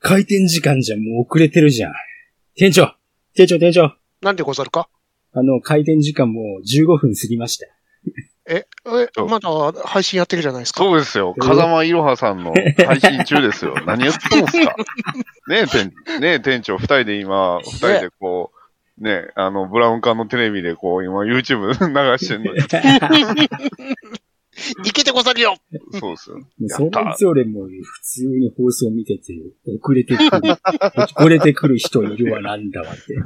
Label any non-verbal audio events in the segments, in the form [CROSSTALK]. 開店時間じゃもう遅れてるじゃん。店長店長店長なんでござるかあの、開店時間もう15分過ぎま [LAUGHS] した。え、え、そうまだ配信やってるじゃないですか。そうですよ。風間いろはさんの配信中ですよ。何やってんすか。ねえ、店、ねえ、店長、二人で今、二人でこう、ねえ、あの、ブラウン管のテレビでこう、今 YouTube 流してん [LAUGHS] のに。いけてござるよそうですよ。そのうち俺も普通に放送見てて、遅れてくる、遅れてくる人いるわなんだわって。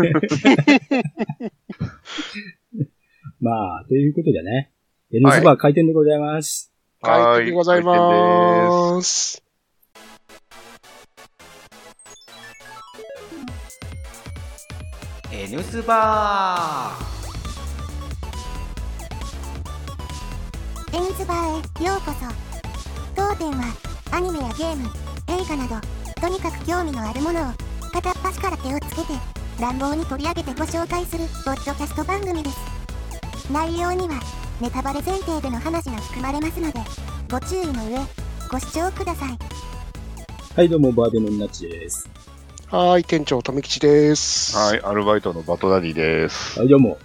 [LAUGHS] まあ、ということでね、エルズバー開店でございます。はい、でございまーす。 N スバーエンズバーへようこそ当店はアニメやゲーム映画などとにかく興味のあるものを片っ端から手をつけて乱暴に取り上げてご紹介するポッドキャスト番組です内容にはネタバレ前提での話が含まれますのでご注意の上ご視聴くださいはい、どうも、バーベのナッチです。はい、店長、富吉です。。はいい、アルバイトのバトダディです。はい、どうも。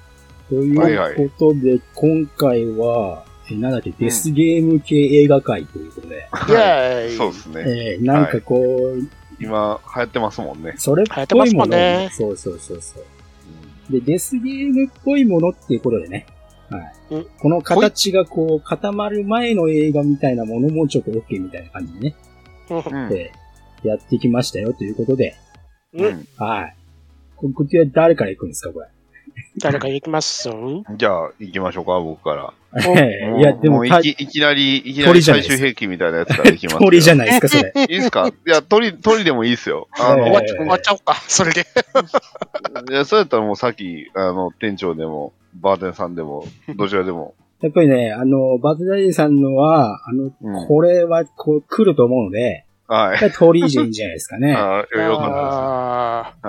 といはいはうことで、今回は、えなんだっけ、デスゲーム系映画界ということで、イェーイ。そうですね。えーなんかこう、今、流行ってますもんね。それっぽいもの、流行ってますそうそうそうそう。で、デスゲームっぽいものっていうことでね。はうんい。この形がこう固まる前の映画みたいなものもちょっと OK みたいな感じでね、うえん。ーやってきましたよということで。うんはい。ここっは誰から行くんですか、これ。誰か行きますぞじゃあ、行きましょうか、僕から。もういや、でも、ういたきいきなり、いきな鳥りじゃないで最すか終兵器みたいなやつからいきますけど。鳥じゃないですか、それ。いいですかいや、鳥、鳥でもいいですよ。あの、えー終わっちゃ終わっちゃおうか、それで。いや、そうやったらもうさっき、あの、店長でも、バーテンさんでも、どちらでも。やっぱりね、あの、バズダイさんのは、あの、うんこれはこう来ると思うので、はい。やっぱり鳥じゃいいんじゃないですかね。 [LAUGHS] ああ、あよかったです。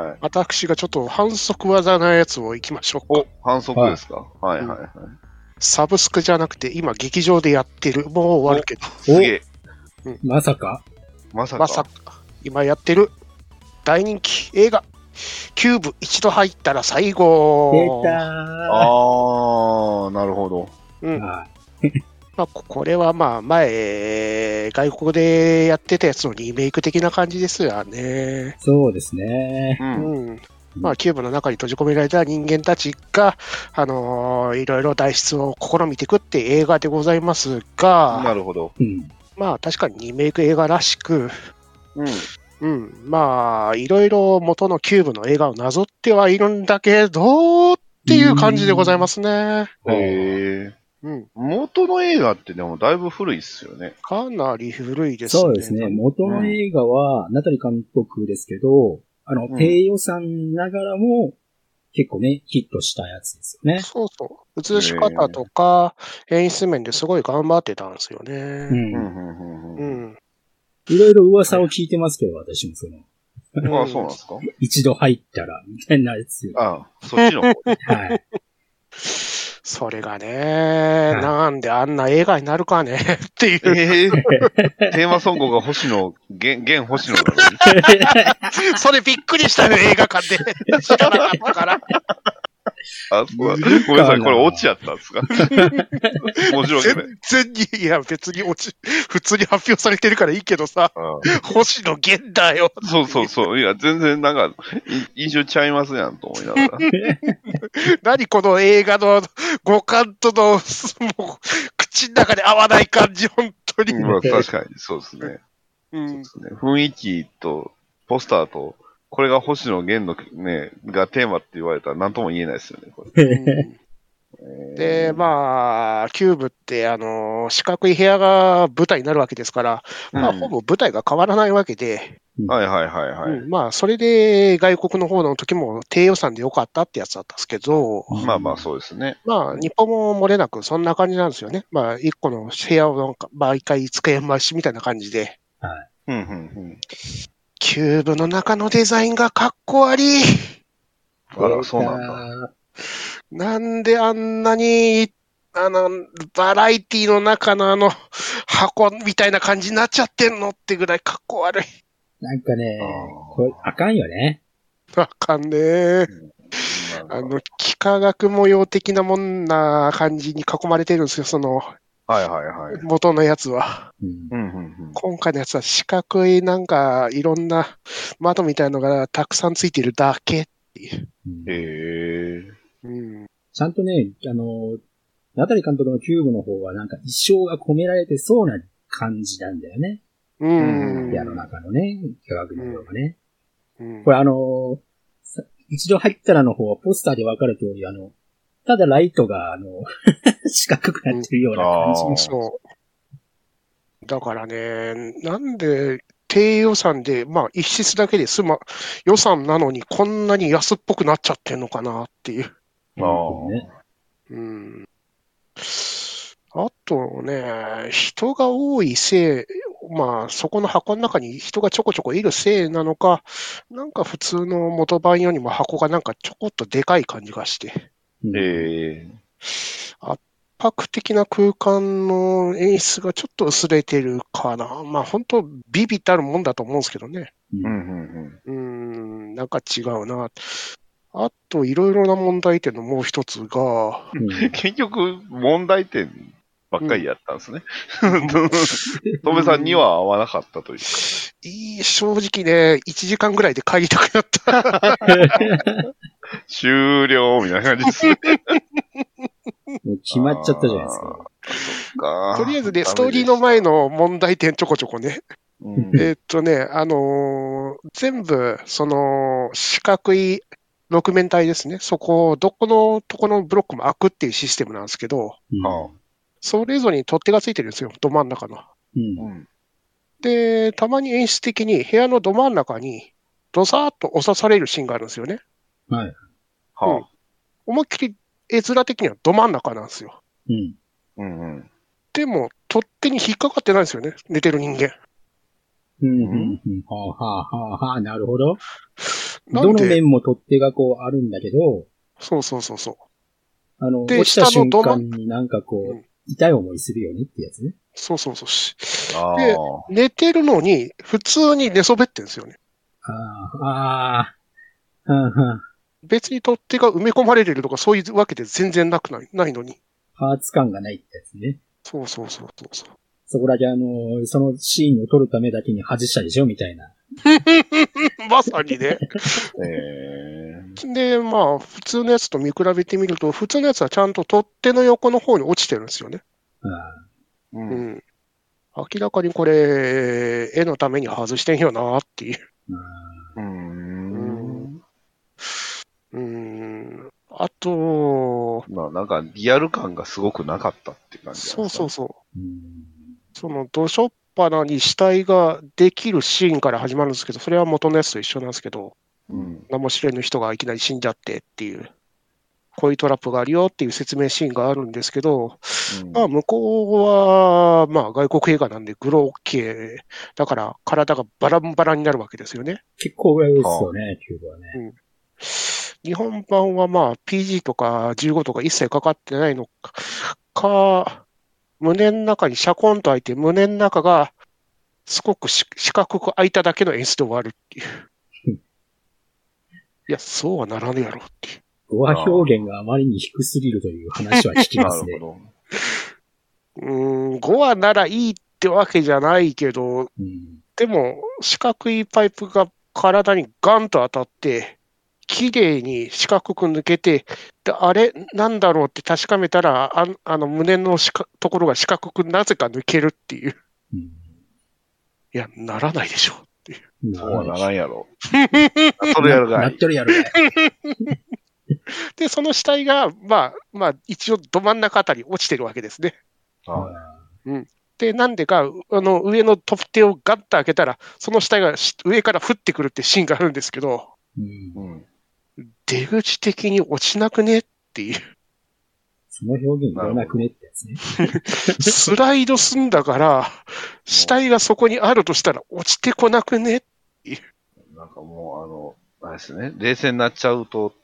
はー。い私がちょっと反則技のやつを行きましょうかお。、反則ですか、はい、はいはい。サブスクじゃなくて、今劇場でやってる。もう終わるけど。すげえ。まさかまさか。まさか、今やってる大人気映画、キューブ一度入ったら最出後。たああ、なるほど。うんー。はいまあ、ここれはまあ前、外国でやってたやつのリメイク的な感じですよね。そうですね。う。うんん。まあ、キューブの中に閉じ込められた人間たちが、あのーいろいろ脱出を試みていくって映画でございますなが、るほど。うん。まあ、確かにリメイク映画らしく、ううん。ん、まあ、いろいろ元のキューブの映画をなぞってはいるんだけど、っていう感じでございますね。へえ。うん、元の映画ってでもだいぶ古いっすよね。かなり古いですね。そうですね。。元の映画は、ナタリ監督ですけど、あのう、ん低予算ながらも、結構ね、ヒットしたやつですよね。そうそう。映し方とか、演出面ですごい頑張ってたんですよう。ね。うんん、ううん、うん。ん。いろいろ噂を聞いてますけど、私もその、うんああ、そうなんですか一度入ったら、みたいなやつよ。ああ、そっちの方。はい。それがね、なんであんな映画になるかね、 [LAUGHS] っていう。ええテーマソングが星野、現、現星野なのにそれびっくりしたね、映画館で。知らなかったから。あ、そうだごめんなさい、これ落ちやったんですか面白いね。全然に、いや、別に落ち、普通に発表されてるからいいけどさ、うん星野源だよ。そうそうそう。いや、全然なんか、い印象ちゃいますやんと思いながら。何この映画の五感との、もう、口の中で合わない感じ、本当に。まあ、確かに、そうですね。うそうんで。すね雰囲気と、ポスターと、これが星野源のね、がテーマって言われたら何とも言えないですよね、これ。で、まあ、キューブって、あの、四角い部屋が舞台になるわけですから、まあ、うんほぼ舞台が変わらないわけで、はいはいはいはい。うんまあ、それで外国の方の時も低予算でよかったってやつだったんですけど、まあまあ、そうですね。まあ、日本も漏れなくそんな感じなんですよね。まあ、一個の部屋をなんか、毎回机回しみたいな感じで。うんうんキューブの中のデザインがかっこ悪い。うん。あら、そうなんだ。だ。なんであんなに、あの、バラエティの中のあの、箱みたいな感じになっちゃってんのってぐらいかっこ悪い。なんかねあ、ーこれ、あかんよね。わかんねえ。なあんかの、幾何学模様的なもんな感じに囲まれてるんですよ、その、はいはいはい。元のやつは。うん。うんうんうん。今回のやつは四角いなんか、いろんな窓みたいのがたくさんついてるだけ。うんへえ。うん。ちゃんとね、あの、ナタリ監督のキューブの方はなんか一生が込められてそうな感じなんだよね。うん。部屋の中のね、幾何学の方がね。うんこれあの、さ一度入ったらの方はポスターでわかる通り、あの、ただライトが、あの、四角くなってるような感じうんあーそう。だからね、なんで低予算で、まあ一室だけで済ま、予算なのにこんなに安っぽくなっちゃってんのかなっていう。ああ。ね。うん。あとね、人が多いせい、まあそこの箱の中に人がちょこちょこいるせいなのか、なんか普通の元版よりも箱がなんかちょこっとでかい感じがして。うんええ。圧迫的な空間の演出がちょっと薄れてるかな。まあ本当ビビたるもんだと思うんですけどね。うんうんううーんん、なんか違うな。あと、いろいろな問題点のもう一つが、うんうん。 [LAUGHS] 結局、問題点ばっかりやったんです [LAUGHS] ね。とめさんには合わなかったというか。いい正直ね、1時間ぐらいで帰りたくなった。終了みたいな感じですね。もう [LAUGHS] 決まっちゃったじゃないですか。かとりあえずね、ストーリーの前の問題点ちょこちょこね。うんえーっとね、あのー全部、その、四角い六面体ですね。そこを、どこのとこのブロックも開くっていうシステムなんですけど、うんああそれぞれに取っ手がついてるんですよ、ど真ん中の。うんうんで、たまに演出的に部屋のど真ん中に、ドサーッと押さされるシーンがあるんですよね。はい。はあ思いっきり絵面的にはど真ん中なんですよ。うん。うんうんでも、取っ手に引っかかってないんですよね、寝てる人間。うん。うん。うん。はあ、はあ、はあ、はあ、なるほど。などんので、面も取っ手がこうあるんだけど、そうそうそうそう。あの、で落ちた下の瞬ど真間になんかこう、うん痛い思いするよねってやつね。そうそうそうし。あであ寝てるのに、普通に寝そべってるんですよね。ああ、ああ、はんはん別に取っ手が埋め込まれてるとか、そういうわけで全然なくない、ないのに。パーツ感がないってやつね。そうそうそうそうそう。そこだけあの、そのシーンを撮るためだけに外したでしょみたいな。 [LAUGHS] まさにね。ええで、まあ、普通のやつと見比べてみると、普通のやつはちゃんと取っ手の横の方に落ちてるんですよね。あううんん。明らかにこれ、絵のために外してんよなっていう。ーあうんうん。あと、まあなんかリアル感がすごくなかったって感じそうそううそう。ー、うん。その、どしょっぱなに死体ができるシーンから始まるんですけど、それは元のやつと一緒なんですけど、うん名も知れぬ人がいきなり死んじゃってっていう、こういうトラップがあるよっていう説明シーンがあるんですけど、うんまあ、向こうは、まあ、外国映画なんでグロー系、だから体がバランバラになるわけですよね。結構上ですよね、キューブはね。日本版はまあ、PG とか15とか一切かかってないのか、か胸の中にシャコンと開いて、胸の中がすごくし四角く開いただけの演出で終わるっていう。いや、そうはならねえやろっていう。語話表現があまりに低すぎるという話は聞きなますねる。ほうーん、5話ならいいってわけじゃないけど、うん。でも、四角いパイプが体にガンと当たって、綺麗に四角く抜けて、であれ、なんだろうって確かめたら、ああの胸の四角ところが四角くなぜか抜けるっていう。うんいや、ならないでしょっていう。どそうはならん [LAUGHS] やろそれやるながっいとるやろがい。で、その死体が、まあ、まあ、一応ど真ん中あたり落ちてるわけですね。あで、なんでか、あの、上の取っ手をガッと開けたら、その死体がし上から降ってくるってシーンがあるんですけど、うんうん出口的に落ちなくねっていう。その表現いらなくねってやつね。スライドすんだから、死体がそこにあるとしたら落ちてこなくねなんかもうあのあれですね冷静になっちゃうと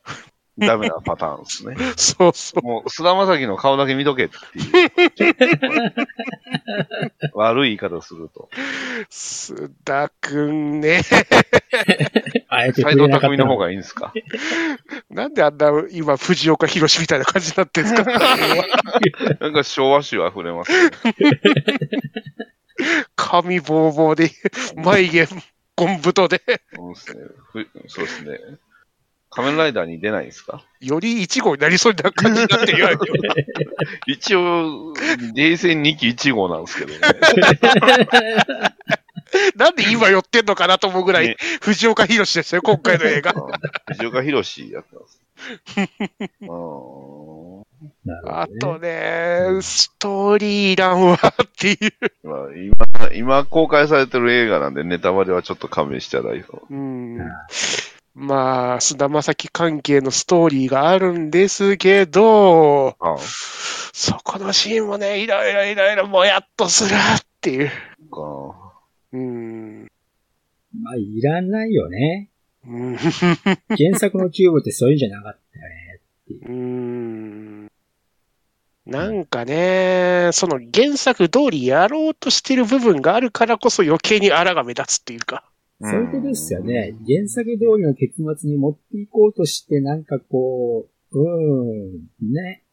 ダメなパターンですね。そうそう。もう、菅田将暉の顔だけ見とけっていう。悪い言い方すると。須田くんね。あえて斎触れ藤なかっ匠たのの方がいいんですかなんであんな今、藤岡弘みたいな感じになってんすかなんか昭和史は触れますね。髪ぼうぼうで、眉毛、ゴン太で。そうですね。ふそうですね。仮面ライダーに出ないんですかより一号になりそうな感じになってるよ。一応、冷戦2期1号なんですけどね。なんで今寄ってんのかなと思うぐらいね、藤岡弘でしたよ、今回の映画。うん藤岡弘やってます。うんなるほどあねとね、ストーリー欄はっていう。まあ、今、今公開されてる映画なんで、ネタバレはちょっと勘弁していただいて。うんまあ、菅田将暉関係のストーリーがあるんですけど、あそこのシーンもね、いろいろいろいろもやっとするっていう。あうん。まあ、いらないよね。うん。原作のキューブってそういうんじゃなかったよね。うんなんかね、その原作通りやろうとしてる部分があるからこそ余計にあらが目立つっていうか。うんそういうことですよね。原作通りの結末に持っていこうとして、なんかこう、うーん、ね。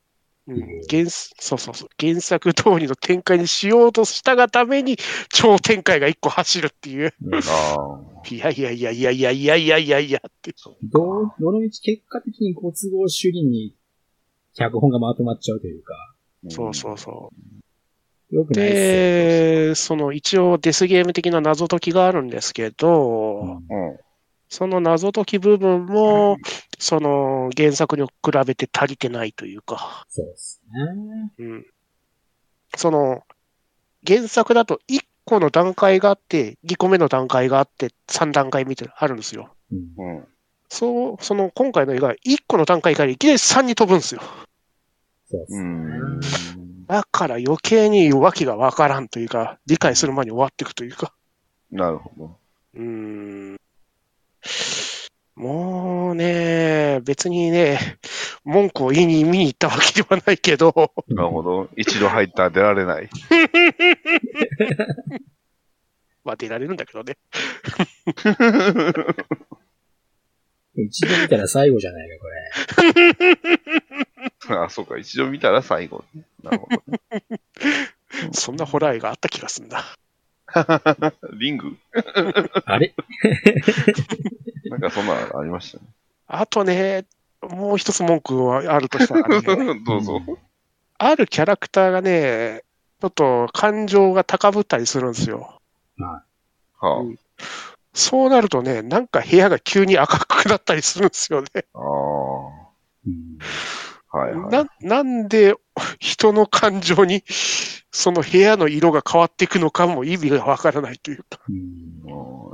うん、原すそうそうそう原作通りの展開にしようとしたがために超展開が一個走るっていう。うんあいやいやいやいやいやいやいやいやいやって。どう、どの道結果的にご都合主義に脚本がまとまっちゃうというか、ーそうそうそよくう。ないですよ。で、その一応デスゲーム的な謎解きがあるんですけど、うんうん。うん。その謎解き部分も、その原作に比べて足りてないというか、そうですね。うん。その、原作だと1個の段階があって、2個目の段階があって、3段階みたいなのあるんですよ。うんうん。そう、その今回の映画、1個の段階からいきなり3に飛ぶんですよ。そうですうね。ん。だから余計に訳がわからんというか、理解する前に終わっていくというか。なるほど。うーん。もうね、別にね、文句を言いに見に行ったわけではないけど、 [LAUGHS] なるほど。一度入ったら出られない。 [LAUGHS] まあ出られるんだけどね。一度見たら最後じゃないか、これ。あ、そうか。一度見たら最後。なるほどね。そんなホラー映画あった気がするんだ。リングあれなんかそんなのありましたあとね、もう一つ文句はあるとしたら、 [LAUGHS] ね、ね。どうぞ。あるキャラクターがね、ちょっと感情が高ぶったりするんですよ。はそうなるとね、なんか部屋が急に赤くなったりするんですよね。あ。ああ。うんはいはい。ななんで人の感情にその部屋の色が変わっていくのかも意味がわからないというか、うんうん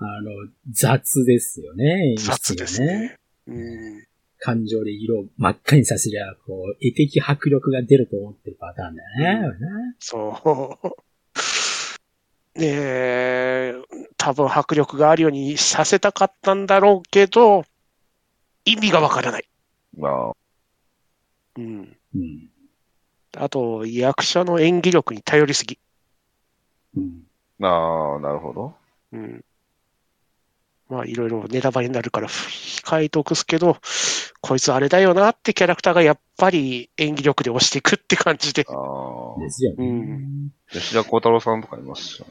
あの、雑ですよね、演雑出でがすね。ね。うん、感情で色を真っ赤にさせりゃ、こう、絵的迫力が出ると思ってるパターンだね。そう。ねえ、多分迫力があるようにさせたかったんだろうけど、意味がわからない。まあ、うん、うん。あと、役者の演技力に頼りすぎ。うん。なあ、なるほど。うん。まあ、いろいろネタバレになるから控えておくっすけど、こいつあれだよなってキャラクターがやっぱり演技力で押していくって感じで [LAUGHS] ああ。ですよね。うん吉田幸太郎さんとかいまし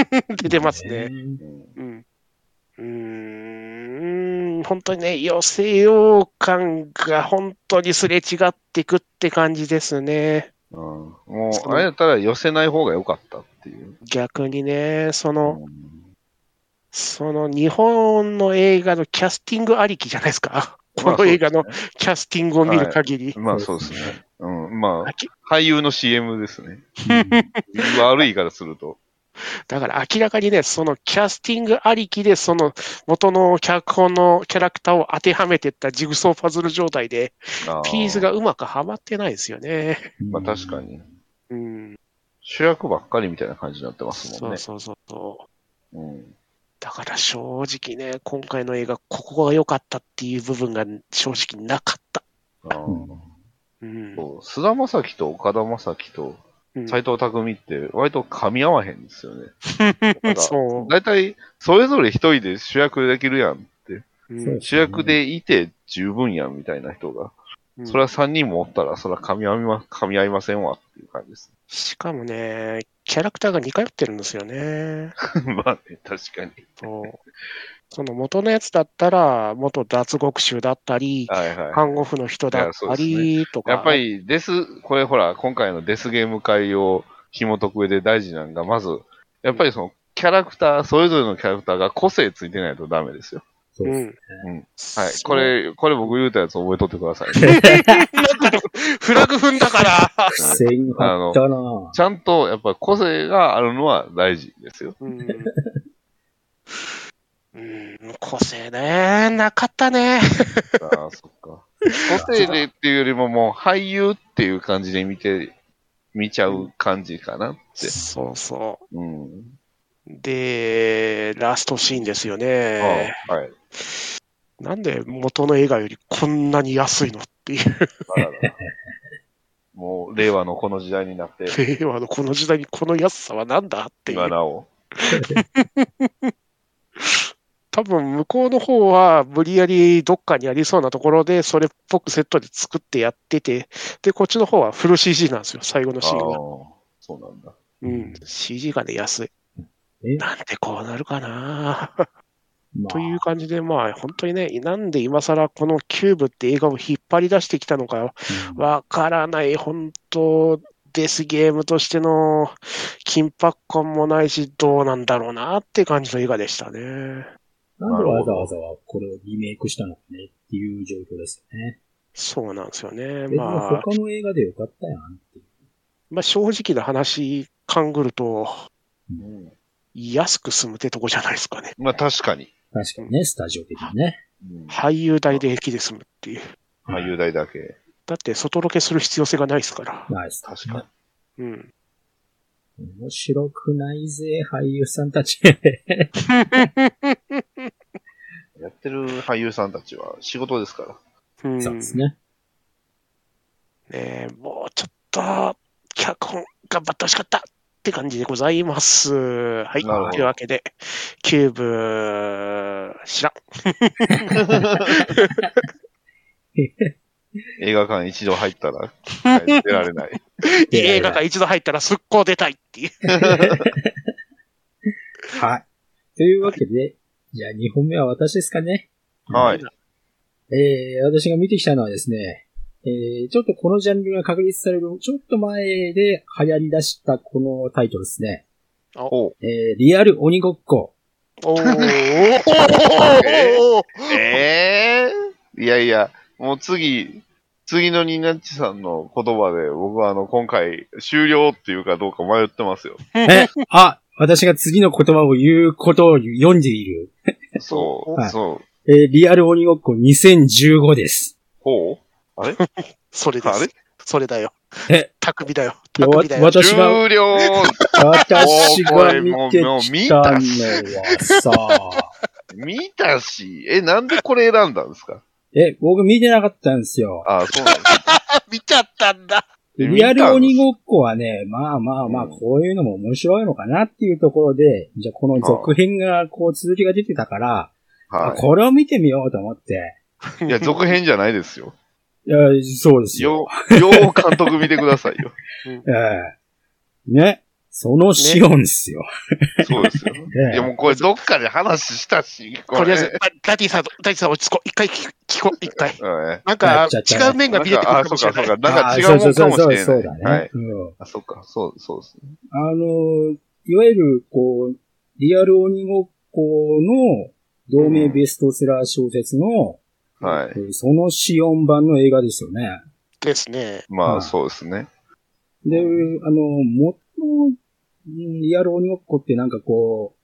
たね。出てますね。うんうん。うーん、本当にね、寄せよう感が本当にすれ違っていくって感じですね。うん、もう、あれやったら寄せない方が良かったっていう。逆にね、そうの、んその日本の映画のキャスティングありきじゃないですか。この映画のキャスティングを見る限り。まあそうですね。うん、まあきあ、俳優の CM ですね。悪いからす [LAUGHS] ると。だから明らかにね、そのキャスティングありきで、その元の脚本のキャラクターを当てはめてったジグソーパズル状態で、あーピースが。うまくはまってないですよね。うんまあ確か。に。うん。主役ばっかりみたいな感じになってますもそんうね。そうそうそう。うん。だから正直ね、今回の映画、ここが良かったっていう部分が正直なかった。あーうんうん。そう菅田将暉と岡田将暉とうん斎藤匠って割と噛み合わへんですよね。だか [LAUGHS] らそ大体、それぞれ一人で主役できるやんって。う。そう主役でいて十分やんみたいな人が。うんそれは三人もおったら、それは噛み合いま、噛み合いませんわっていう感じです。しかもね、キャラクターが似通ってるんですよね。 [LAUGHS] まあね、確かに。そうその元のやつだったら、元脱獄囚だったり、はいは看護婦の人だっいたやそうでりとい。か。やっぱり、デス、これほら、今回のデスゲーム会を紐解く上で大事なんが、まず、やっぱりその、キャラクター、それぞれのキャラクターが個性ついてないとダメですよ。そううですん。はい。そうこ。れ、これ僕言うたやつ覚えとってください。フラグ踏んだから。苦戦張ったなぁ。ちゃんと、やっぱり個性があるのは大事で [LAUGHS] すよ。うん。うん、個性ね、なかったね。ああ、そっか。個性でっていうよりも、もう俳優っていう感じで見て、見ちゃう感じかなって。そうそうん。う。で、ラストシーンですよあね。あはい。なんで元の映画よりこんなに安いのっていう。あららもう、令和のこの時代に [LAUGHS] なっ [LAUGHS] て、令和のこの時代にこの安さはなんだってい今う。なお。多分向こうの方は無理やりどっかにありそうなところでそれっぽくセットで作ってやってて、で、こっちの方はフル CG なんですよ、最後のああシーンは。そうなんだ。うん、CG がね、安い。えなんでこうなるかなまあという感じで、まあ、本当にね、なんで今更このキューブって映画を引っ張り出してきたのかうんわからない、本当、デスゲームとしての緊迫感もないし、どうなんだろうなって感じの映画でしたね。なんでわざわざこれをリメイクしたのかねっていう状況ですよね。そうなんですよね。別にまあ、他の映画でよかったやんっていう。まあ、正直な話、勘ぐると、うん安く済むってとこじゃないですかね。まあ、確かに。確かにね、スタジオ的にね。うん俳優代で平気で済むっていう。俳優代だけ。だって、外ロケする必要性がないですから。ナイス。確かうん。に。面白くないぜ、俳優さんたち。に。やってる俳優さんたちは仕事ですから。うんそうですね。ねえもうちょっと、脚本頑張ってほしかったって感じでございます。はい。なるほどというわけで、キューブ、知らん。映画館一度入ったら、はい出られ [LAUGHS] ない。いやいや映画が一度入ったら速攻出たいっていう。はい。というわけで、じゃあ2本目は私ですかね。はい。えー、私が見てきたのはですね、えー、ちょっとこのジャンルが確立される、ちょっと前で流行り出したこのタイトルですね。おうえー、リアル鬼ごっこ。お [LAUGHS] ーええいやいや、もう次、次のニナッチさんの言葉で、僕はあの、今回、終了っていうかどうか迷ってますよ。え、あ、私が次の言葉を言うことを読んでいる。そう、はいそう。えーリアル鬼ごっこ2015です。ほうあれそれであすれ。それだよ。え匠だよ。いやわ匠だよ。私が、終了私が見てもうこれもうもうき見たのたはさ、見たし、え、なんでこれ選んだんですかえ、僕見てなかったんですよ。あそうなんです見ちゃったんだ。えリアル鬼見ごっこはね、まあまあまあ、うんこういうのも面白いのかなっていうところで、じゃあこの続編が、こう続きが出てたから、たんあですこれを見てみようと思って。はい。いや、続編じゃないですよ。いや、そうですよ。よ、よう監督見てくださいよ。ええね。そのシオンですよ。そうで [LAUGHS] すよ。いええや、もうこれどっかで話したし、とこりあれ。えず、まあダディさんと、ダディさん落ち着こう。一回聞こう聞こう、一回。うんなんやかっちゃっ、たね違う面が見えてくるかもしれない。なんか違うもんあーそかもしれない。うそうそうそうだね。はい。うんあ、そっか、そう、そうですね。あの、いわゆる、こう、リアル鬼ごっこの同名ベストセラー小説の、はい。えーそのシオン版の映画ですよね。ですね。まはあ、いそうですね。で、あの、元のうんリアル鬼ごっこってなんかこう、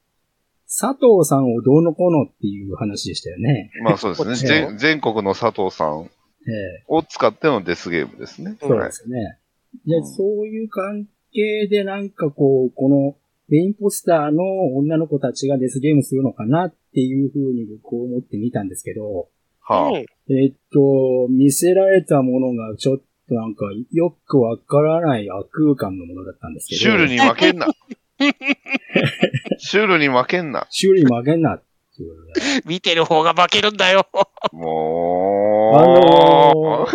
佐藤さんをどうのこうのっていう話でしたよね。まあ、そうですね。そう全全国の佐藤さんええを使ってのデスゲームですね。そうはでい。すよね。で、うんそういう関係でなんかこう、このメインポスターの女の子たちがデスゲームするのかなっていう風に僕思ってみたんですけど、はうんえっと、見せられたものがちょっとなんかよくわからない悪空間のものだったんですけど、シュールに負けんな。シュールに負けんな。修理負けんなっていうことで。見てる方が負けるんだよ。あもう、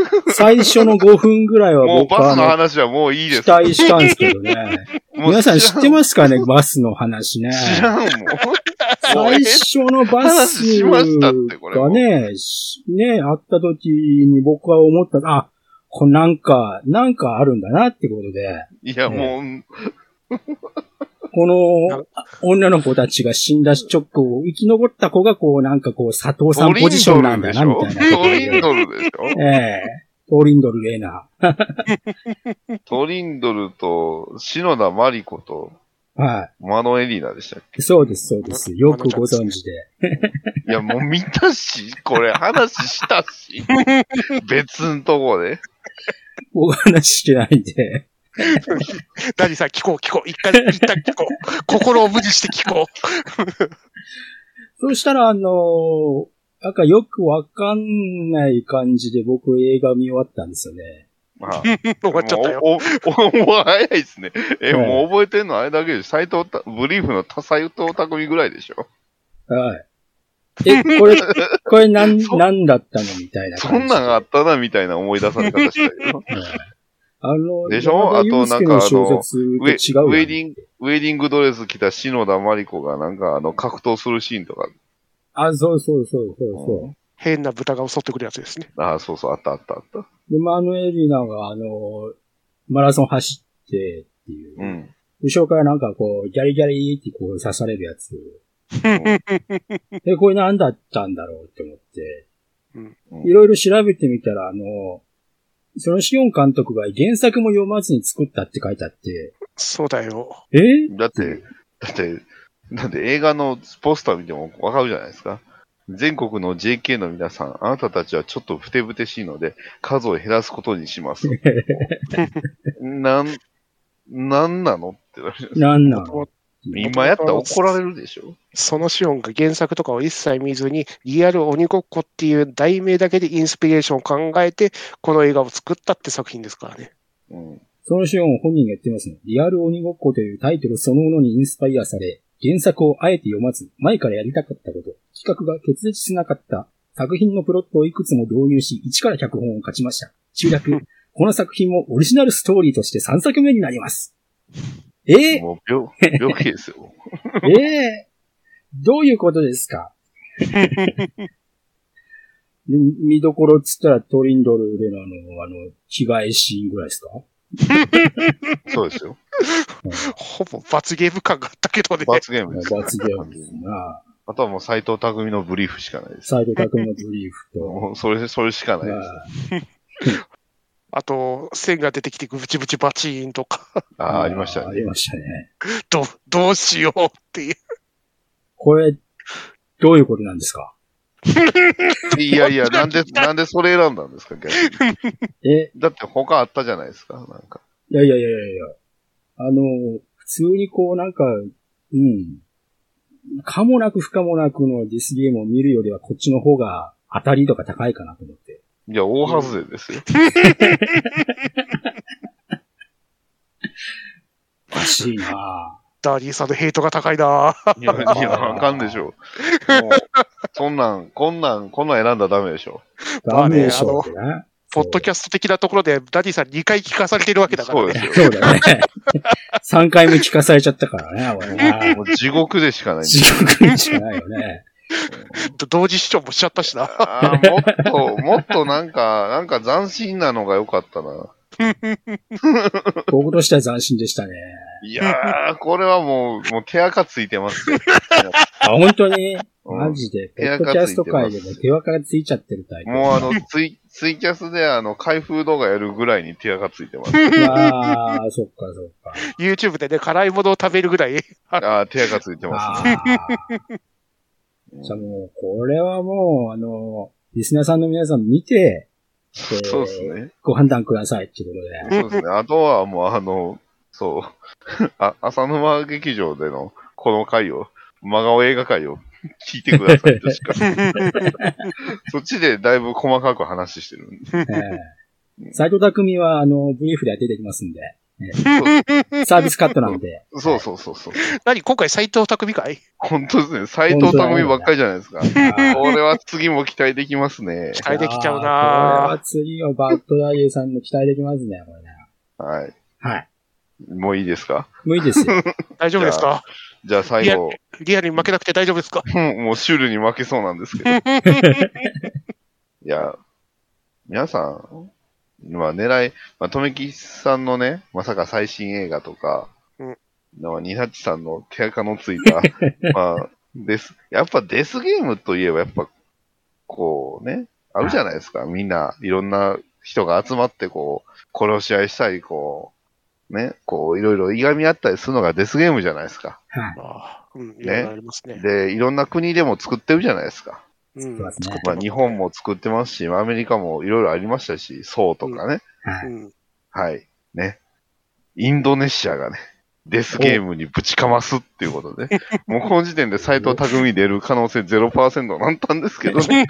のー、最初の5分ぐらいはもう僕バはスのあ話はもういいので期す。待したんですけどね。 [LAUGHS] もう皆さん知ってますかね、バスの話ね。知らんもん。もうえ最初のバス話しましたってこれがね、しね、あった時に僕は思った、あ、こなんか、なんかあるんだなってことで、いや、もう、こなの女の子たちが死んだ直後、生き残った子がこうなんかこう佐藤さんトリポジンショドンなんルでだしな、みょたいなことトリンで。ドルでしょええトリンドルレーナトリンドルと、篠田麻里子と、ー。はマノエリーナでしたっい。そうです、そうです。よくご存知で。けいや、もう見たし、これ話したし、別んとこで。僕話してないんで。ダディさん、聞こう、聞こう。 [LAUGHS] 一回、一旦聞こう。心を無視して聞こう。そしたら、あのーなんかよくわかんない感じで僕映画見終わったんですよね。まあ終わっちゃったよ。もうおおもう早いですね。え、はいもう覚えてんのあれだけでしょ、斎藤た、ブリーフの多斎藤匠ぐらいでしょ。はい。え、こ [LAUGHS] れ、これなん、そなんだったのみたいなそ感じで。んなんあったな、みたいな思い出され方したよ。はいあの、でし山田ょ裕介のあとなんかあの小説ウェと違うよウェディング、ウェディングドレス着た篠田麻里子がなんかあの格闘するシーンとか。あ、そうそうそうそうそ変な豚が襲ってくるやつですね。ああ、そうそう、あったあったあった。う。で、マヌエリナが、あのーマラソン走ってっていう。うん。後ろからなんかこう、ギャリギャリってこう刺されるやつ。んえ、これ何だったんだろうって思ってうんう。んいろいろ調べてみたら、あの、そのシオン監督が原作も読まずに作ったって書いてあって、そうだよ。えだって、だって、だって映画のポスター見てもわかるじゃないですか。全国の JK の皆さん、あなたたちはちょっとふてぶてしいので、数を減らすことに [LAUGHS] します。なん、なんなのって言われる。なんなの今やったら怒られるでしょ。そのシオンが原作とかを一切見ずに、リアル鬼ごっこっていう題名だけでインスピレーションを考えて、この映画を作ったって作品ですからね。うん。そのシオン本人が言ってますね。リアル鬼ごっこというタイトルそのものにインスパイアされ、原作をあえて読まず、前からやりたかったこと、企画が決裂しなかった、作品のプロットをいくつも導入し、一から脚本を勝ちました。中 [LAUGHS] 略、この作品もオリジナルストーリーとして3作目になります。えー、もう病、病気ですよ。ええどういうことですかみ見どころっつったらトリンドル・レナの、あの、着替えシーンぐらいです [LAUGHS] かそうで [LAUGHS] すよ。ほぼ罰ゲーム感があったけどね。罰ゲームです。罰ゲームですな。あとはもう斎藤匠のブリーフしかないです。斎藤匠のブリーフと。もうそれ、それしかないまです。ああと、線が出てきて、ブチブチバチーンとか、 [LAUGHS] ああ、ありましたあね。りましたね。ど、どうしようっていう。これ、どういうことなんですかいやいや、なんで、なんでそれ選んだんですか、逆に。え、だって他あったじゃないですか、なんか。いやいやいやいやいや。あの、普通にこうなんか、うん。かもなく不可もなくのディスゲームを見るよりはこっちの方が当たりとか高いかなと思って。いや、大外れですよ。おかしい [LAUGHS] なダーリーさんのヘイトが高いないや、 [LAUGHS] いや、あかんでしょう。もうそんなん、こんなん、こんなん選んだらダメでしょ。ダメでしょうってね。ポッドキャスト的なところで、ダディさん2回聞かされてるわけだから、そうね。ですよ。そうだね。3回 [LAUGHS] 目聞かされちゃったからね、俺ね。 [LAUGHS] もう地獄でしかないんで地獄にしかないよ [LAUGHS] ね。同時視聴もしちゃった [LAUGHS] しな。あーもっと、もっとなんか、なんか斬新なのが良かったな。僕としては斬新でしたね。いやー、これはもう、もう手垢ついてますよ。あ、本当にうんマジで。ポ手ッ垢ドキャスト界でついもてます手垢がついちゃってるタイプ。もうあの、ツイ、ツイキャスであの、開封動画やるぐらいに手垢ついてます。 [LAUGHS] ああ、 [LAUGHS] そっかそっか。 YouTube でね、辛いものを食べるぐらい。ああ、手垢ついてます。ああ。じゃあもう、これはもう、あの、リスナーさんの皆さん見て、えーそうですね。ご判断くださいっていうことで。そうですね。あとはもうあの、そう。あ、 [LAUGHS] 浅沼劇場でのこの回を、真顔映画会を聞いてくださいとし [LAUGHS] か。そっちでだいぶ細かく話してるんで。 [LAUGHS] えー、斎藤匠は、あの、ブリーフで出てきますんで、サービスカットなんで。そうそうそうそう。 [LAUGHS] 何今回斎藤匠かい本当ですね。斎藤匠ばっかりじゃないですか。これは次も期待できますね。期待できちゃうあーこれなは次はバッドダイエーさんの期待できますね、これね。はい。はい。もういいですか無理です [LAUGHS] よ。大丈夫ですかじゃあ最後、リアルに負けなくて大丈夫ですかもうシュールに負けそうな [LAUGHS] んですけど。いや、皆さん、まあ狙い、まあ、とめきさんのね、まさか最新映画とか、うんまあ、ニハチさんの手垢のつい [LAUGHS] た、まあ、です。やっぱデスゲームといえば、やっぱ、こうね、あるじゃないですか。みんな、いろんな人が集まって、こう、殺し合いしたり、こう、ね、こう、いろいろいがみ合ったりするのがデスゲームじゃないですか。あーうん、いろいろありますね。で、いろんな国でも作ってるじゃないですか。うそんうですね。まあ、日本も作ってますし、アメリカもいろいろありましたし、そうとかね、はい。うんはい。ね。インドネシアがね、デスゲームにぶちかますっていうこと [LAUGHS] で、もうこの時点で斎藤匠出る可能性0%なんたんですけど [LAUGHS] ね。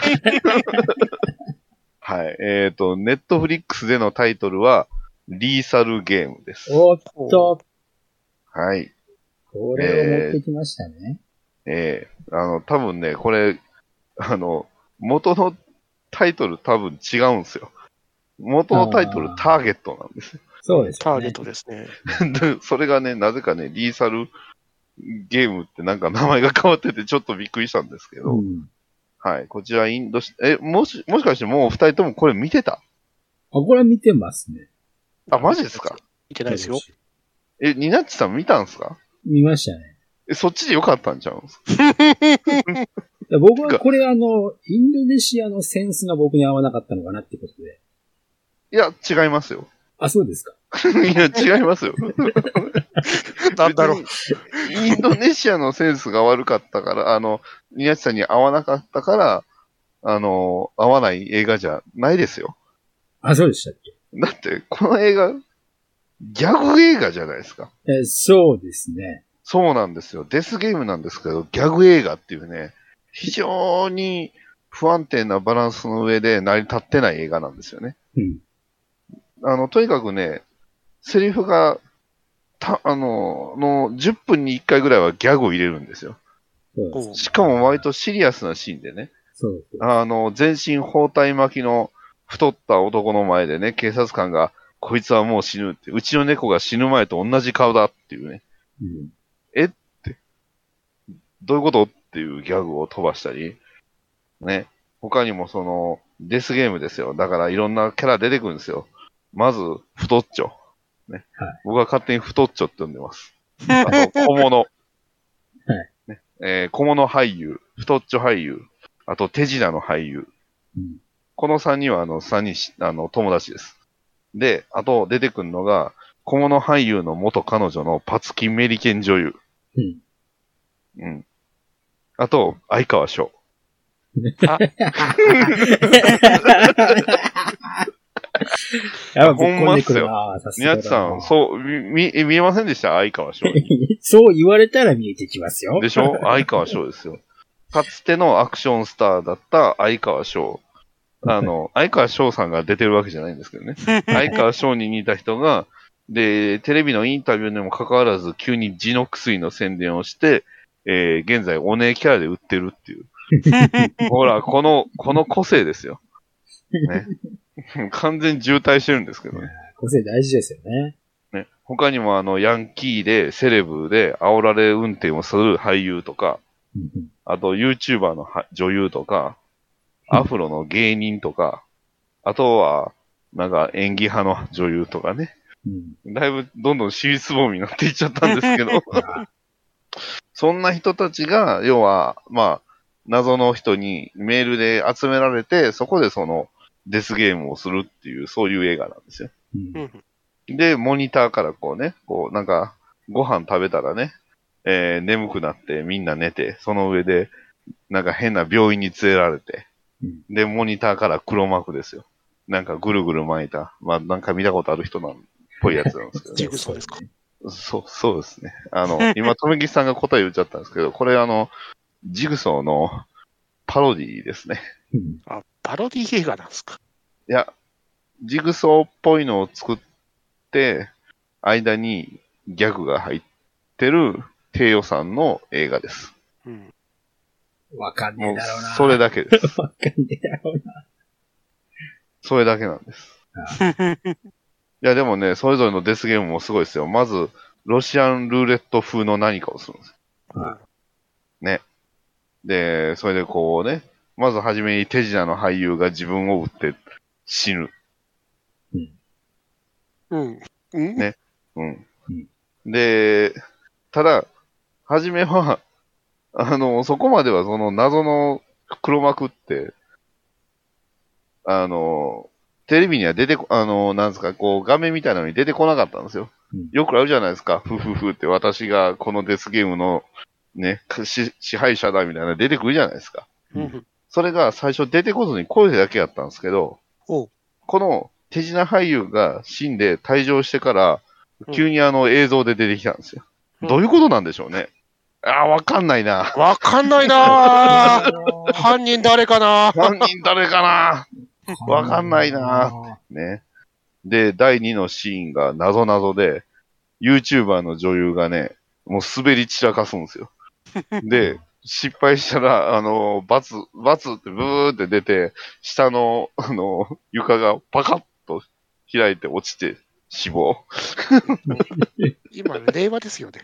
[LAUGHS] はい。えっ、と、ネットフリックスでのタイトルは、リーサルゲームです。おっと、はい。これを持ってきましたね。ええあの、多分ね、これ、あの、元のタイトル多分違うんですよ。元のタイトルあーターゲットなんですそうですタよーね。ゲットですね。でそれがね、なぜかね、リーサルゲームってなんか名前が変わっててちょっとびっくりしたんですけど、うん。はい。こちらインドし、え、もし、もしかしてもうお二人ともこれ見てたあ、これ見てますね。あ、マジですか見てな [LAUGHS] いですよ。え、ニナッチさん見たんすか見ましたね。え、そっちでよかったんちゃうんすかで僕はこれあの、インドネシアのセンスが僕に合わなかったのかなってことで。いや、違いますよ。 [LAUGHS] あ、そうですか。いや、違いますよ。なんだろう。別にインドネシアのセンスが悪かったから、あの、ニナッチさんに合わなかったから、あの、合わない映画じゃないですよ。あ、そうでしたっだって、この映画、ギャグ映画じゃないですか。け。え、そうですね。そうなんですよ。デスゲームなんですけど、ギャグ映画っていうね、非常に不安定なバランスの上で成り立ってない映画なんですよね。うん。あの、とにかくね、セリフが、た、あの、の10分に1回ぐらいはギャグを入れるんですよ。そうです。おうしかも割とシリアスなシーンでね、そうです。あの、全身包帯巻きの太った男の前でね、警察官が、こいつはもう死ぬって、うちの猫が死ぬ前と同じ顔だっていうね。うん。どういうことっていうギャグを飛ばしたり、ね。他にもその、デスゲームですよ。だからいろんなキャラ出てくるんですよ。まず、太っちょ。ね。はい僕は勝手に太っちょって呼んで [LAUGHS] ます。あと、小物。ねえー小物俳優、太っちょ俳優、あと手品の俳優。うんこの3人はあの、3人し、あの、友達です。で、あと出てくるのが、小物俳優の元彼女のパツキンメリケン女優。うん。うん。あと、相川翔。やっぱぶっほん込まんっでくするよなさすが宮だな地さん、そう、み、見、見えませんでした相川翔。そう言われたら見えてきますよ。でしょ相川翔ですよ。かつてのアクションスターだった相川翔。あの、相川翔さんが出てるわけじゃないんですけどね。相川翔に似た人が、で、テレビのインタビューにもかかわらず、急に地の薬の宣伝をして、えー現在、お姉キャラで売ってるっていう。ほら、この、この個性ですよ。ね。完全に渋滞してるんですけどね。個性大事ですよね。ね、他にもあの、ヤンキーで、セレブで、煽られ運転をする俳優とか、うんうんあと YouTuber のは女優とか、アフロの芸人とか、あとは、なんか演技派の女優とかね。うん。だいぶどんどん尻すぼみになっていっちゃったんですけど、そんな人たちが、要は、まあ、謎の人にメールで集められて、そこでその、デスゲームをするっていう、そういう映画なんですよ。うんうんで、モニターからこうね、こう、なんか、ご飯食べたらね、えー眠くなってみんな寝て、その上で、なんか変な病院に連れられてうん、で、モニターから黒幕ですよ。なんかぐるぐる巻いた、まあなんか見たことある人なん、ぽいやつなんですけど、[LAUGHS] ジね、グソーですか。そう、そうですね。あの、今、とめきさんが答え言っちゃったんですけど、これあの、ジグソーのパロディーですね。うんあ、パロディ映画なんですか。いや、ジグソーっぽいのを作って、間にギャグが入ってる低予算の映画です。うん。わかんねもえうだろうな。それだけです。 [LAUGHS] わかんねえだろうな。それだけなんです。いや、でもね、それぞれのデスゲームもすごいですよ。まず、ロシアンルーレット風の何かをするんですよはね。で、それでこうね、まずはじめに手品の俳優が自分を撃って死ぬ。うん。うんねうんうん。で、ただ、はじめは、あの、そこまではその謎の黒幕って、あの、テレビには出てこ、あの、なんですか、こう、画面みたいなのに出てこなかったんですようん。よくあるじゃないですか、ふふふって私がこのデスゲームの、ね、かし支配者だみたいなの出てくるじゃないですか。うん。それが最初出てこずに声だけやったんですけど、おうこの手品俳優が死んで退場してからう、ん急にあの映像で出てきたんですよ。うんどういうことなんでしょうね。ああ、わかんな [LAUGHS] いな。わかんないなぁ犯人誰かなぁ犯人誰かなわかんないな。ね。で、第2のシーンが謎謎で、YouTuber の女優がね、もう滑り散らかすんで [LAUGHS] すよ。で、失敗したら、あの、バツ、バツってブーって出て、下の、あの、床がパカッと開いて落ちて死亡。今、令和ですよ [LAUGHS] ね。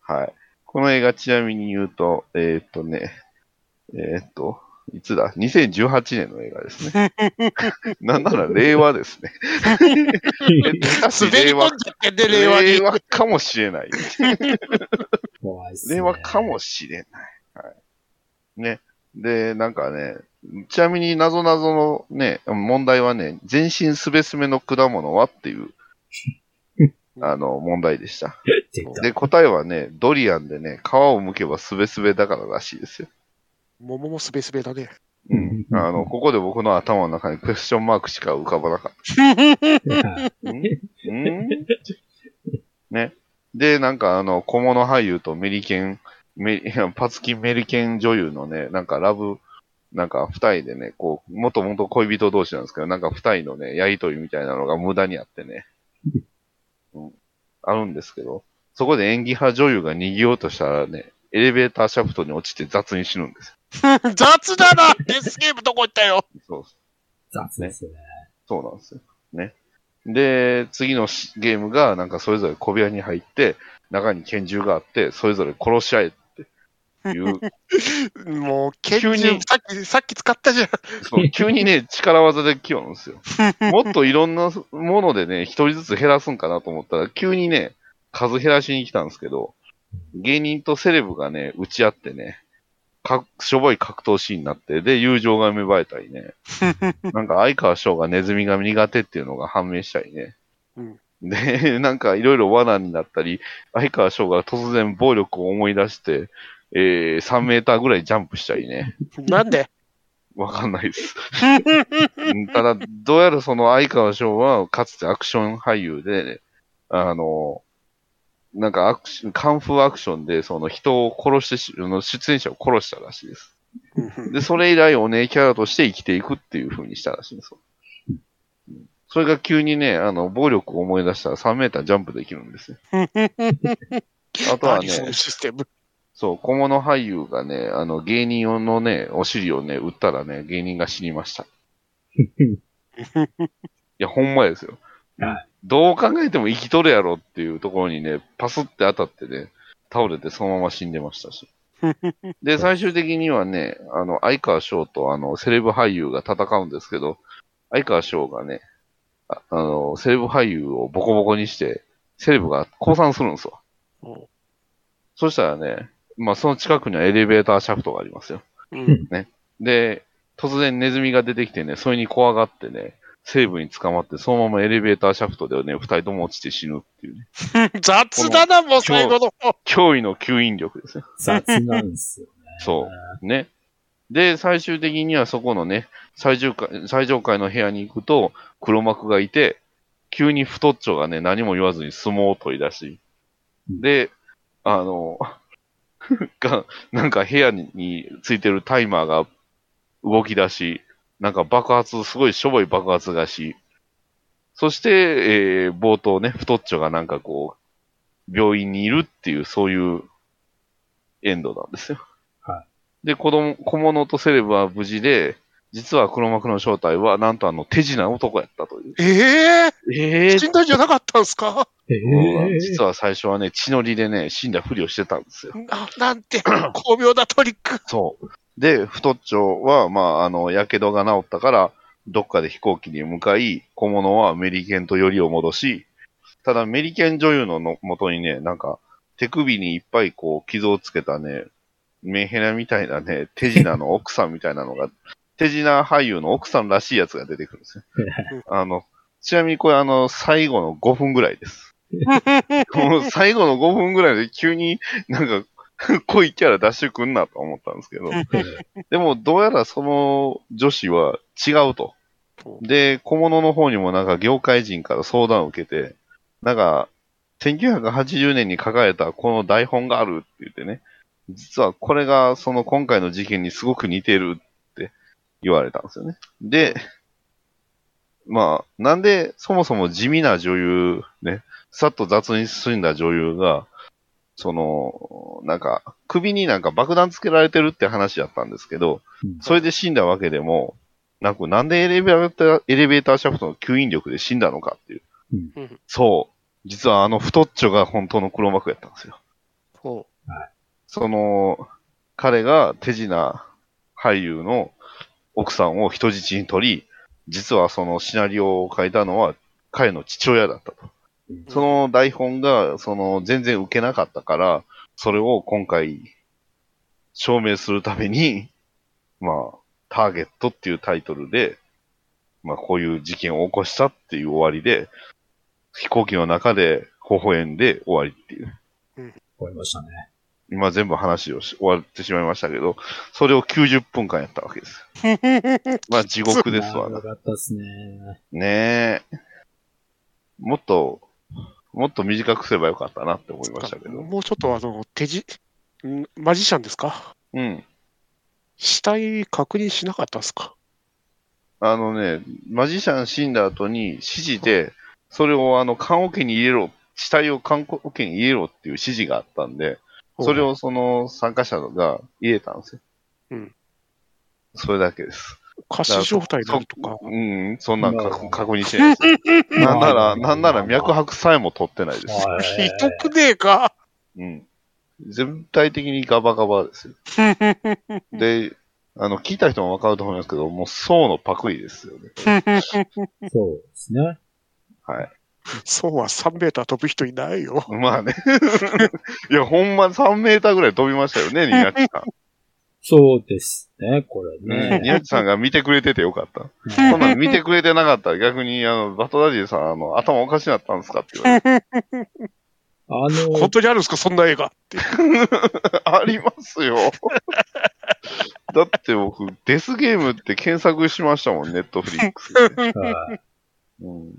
はい。この映画、ちなみに言うと、えーっとね、えーっと、いつだ ?2018 年の映画で [LAUGHS] すね。なんなら令和ですね。滑り込んじゃってんね、令和に令。和かもしれない。 [LAUGHS] [LAUGHS] 怖いっすね。令和かもしれない。はい。ね。で、なんかね、ちなみに謎謎のね、問題はね、全身すべすべの果物はって [LAUGHS] いう、あの、問題でした。出たで、答えはね、ドリアンでね、皮を剥けばすべすべだかららしいですよ。桃もすべすべだね。うんあの、ここで僕の頭の中にクエスチョンマークしか浮かばなかっはい [LAUGHS] た。んんね。で、なんかあの、小物俳優とメリケン、メ [LAUGHS] リパツキンメリケン女優のね、なんかラブ、なんか二人でね、こう、もともと恋人同士なんですけど、なんか二人のね、やりとりみたいなのが無駄にあってね、うん、あるんですけど、そこで演技派女優が逃げようとしたらね、エレベーターシャフトに落ちて雑に死ぬんです [LAUGHS] 雑だなデスゲームどこ行ったよよ。そう雑ですね。そうなんですよ。ね。で、次のしゲームが、なんかそれぞれ小部屋に入って、中に拳銃があって、それぞれ殺し合えっていう、もう、拳急銃に、さっき、さっき使ったじゃん。 [LAUGHS] そう急にね、力技で器用なんですよ。もっといろんなものでね、一人ずつ減らすんかなと思ったら、急にね、数減らしに来たんですけど、芸人とセレブがね、打ち合ってね、かしょぼい格闘シーンになって、で、友情が芽生えたり [LAUGHS] ね、なんか相川翔がネズミが苦手っていうのが判明したりね。うんで、なんかいろいろ罠になったり、相川翔が突然暴力を思い出して、えー、3メーターぐらいジャンプしたりね。なんでわかんないです。 [LAUGHS] うんただ、どうやらその相川翔は、かつてアクション俳優で、あの、なんかアクション、カンフーアクションで、その人を殺してし、あの出演者を殺したらしいです。で、それ以来お姉キャラとして生きていくっていう風にしたらしいんですよ。それが急にね、あの、暴力を思い出したら3メータージャンプできる [LAUGHS] んですよ。あとは何ね、そのシステム。そう、小物俳優がね、あの、芸人のね、お尻をね、打ったらね、芸人が死にました。いや、ほんまですよは。どう考えても生きとるやろっていうところにね、パスって当たってね、倒れてそのまま死んでましたし。で、最終的にはね、あの、相川翔とあの、セレブ俳優が戦うんですけど、相川翔がね、ああの、セレブ俳優をボコボコにして、セレブが降参するんですわ。そしたらね、まあその近くにはエレベーターシャフトがありますよ。うんで、突然ネズミが出てきてね、それに怖がってね、セーブに捕まって、そのままエレベーターシャフトでね、二人とも落ちて死ぬっていうね、雑だな、もう最後の方。驚異の吸引力ですよ。雑なんですよ。 [LAUGHS] そう。ね。で、最終的にはそこのね、最上階、最上階の部屋に行くと、黒幕がいて、急に太っちょがね、何も言わずに相撲を取り出し、で、あの、 [LAUGHS] が、なんか部屋にについてるタイマーが動き出し、なんか爆発、すごいしょぼい爆発がし、そして、えー冒頭ね、太っちょがなんかこう、病院にいるっていう、そういうエンドなんですよ。はで、子供、小物とセレブは無事で、実は黒幕の正体は、なんとあの、手品男やったという。えええ死んだんじゃなかったんすかええ実は最初はね、血のりでね、死んだふりをしてたんですよ。ななんて、巧妙なトリック。 [LAUGHS] そう。で、太っちょは、まあ、あの、やけどが治ったから、どっかで飛行機に向かい、小物はメリケンとよりを戻し、ただメリケン女優のの元にね、なんか、手首にいっぱいこう、傷をつけたね、メヘラみたいなね、手品の奥さんみたいなのが、手品俳優の奥さんらしいやつが出てくるんですね。あの、ちなみにこれあの、最後の5分ぐらいです。もう最後の5分ぐらいで急になんか、 [LAUGHS] 濃いキャラ出してくんなと思ったんですけど。でも、どうやらその女子は違うと。で、小物の方にもなんか業界人から相談を受けて、なんか、1980年に書かれたこの台本があるって言ってね、実はこれがその今回の事件にすごく似てるって言われたんですよね。で、まあ、なんでそもそも地味な女優、ね、さっと雑に進んだ女優が、その、なんか、首になんか爆弾つけられてるって話だったんですけど、うんそれで死んだわけでも、なく、なんでエレベーター、エレベーターシャフトの吸引力で死んだのかっていう。うんうんそう。実はあの太っちょが本当の黒幕やったんですよ。ほその、彼が手品俳優の奥さんを人質に取り、実はそのシナリオを書いたのは彼の父親だったと。その台本が、その、全然受けなかったから、それを今回、証明するために、まあ、ターゲットっていうタイトルで、まあ、こういう事件を起こしたっていう終わりで、飛行機の中で微笑んで終わりっていう。終わりましたね。今全部話をし終わってしまいましたけど、それを90分間やったわけです。 [LAUGHS] まあ地獄ですわ長な。かったですね。ねえ。もっと、もっと短くすればよかったなって思いましたけど。もうちょっとあの、手じ、んマジシャンですかうん。死体確認しなかったですかあのね、マジシャン死んだ後に指示で、それをあの、缶桶に入れろ、死体を缶桶に入れろっていう指示があったんで、それ。をその参加者が入れたんですよ。うん。それだけです。過失状態なんとかそ。うん、そんなんまあ確確認してないです [LAUGHS] よ。なんなら、なんなら脈拍さえも取ってないです。はいひどくねえか。うん。全体的にガバガバ [LAUGHS] ですよ。で、あの、聞いた人もわかると思いますけど、もう層のパクリですよね。そうですね。はい。そうは3メーター飛ぶ人いないよ。 [LAUGHS] まあね。いや、ほんま3メーターぐらい飛びましたよね、ニヤチさん。そうですね、これうん、ニね。ヤチさんが見てくれててよかった。そんなん見てくれてなかったら逆に、あの、バトダディさん、あの、頭おかしなったんですかって言われて。あの本、当にあるんですかそんな映画って。ありますよ。だって僕、デスゲームって検索しましたもん、ネットフリックスで。はいうん、い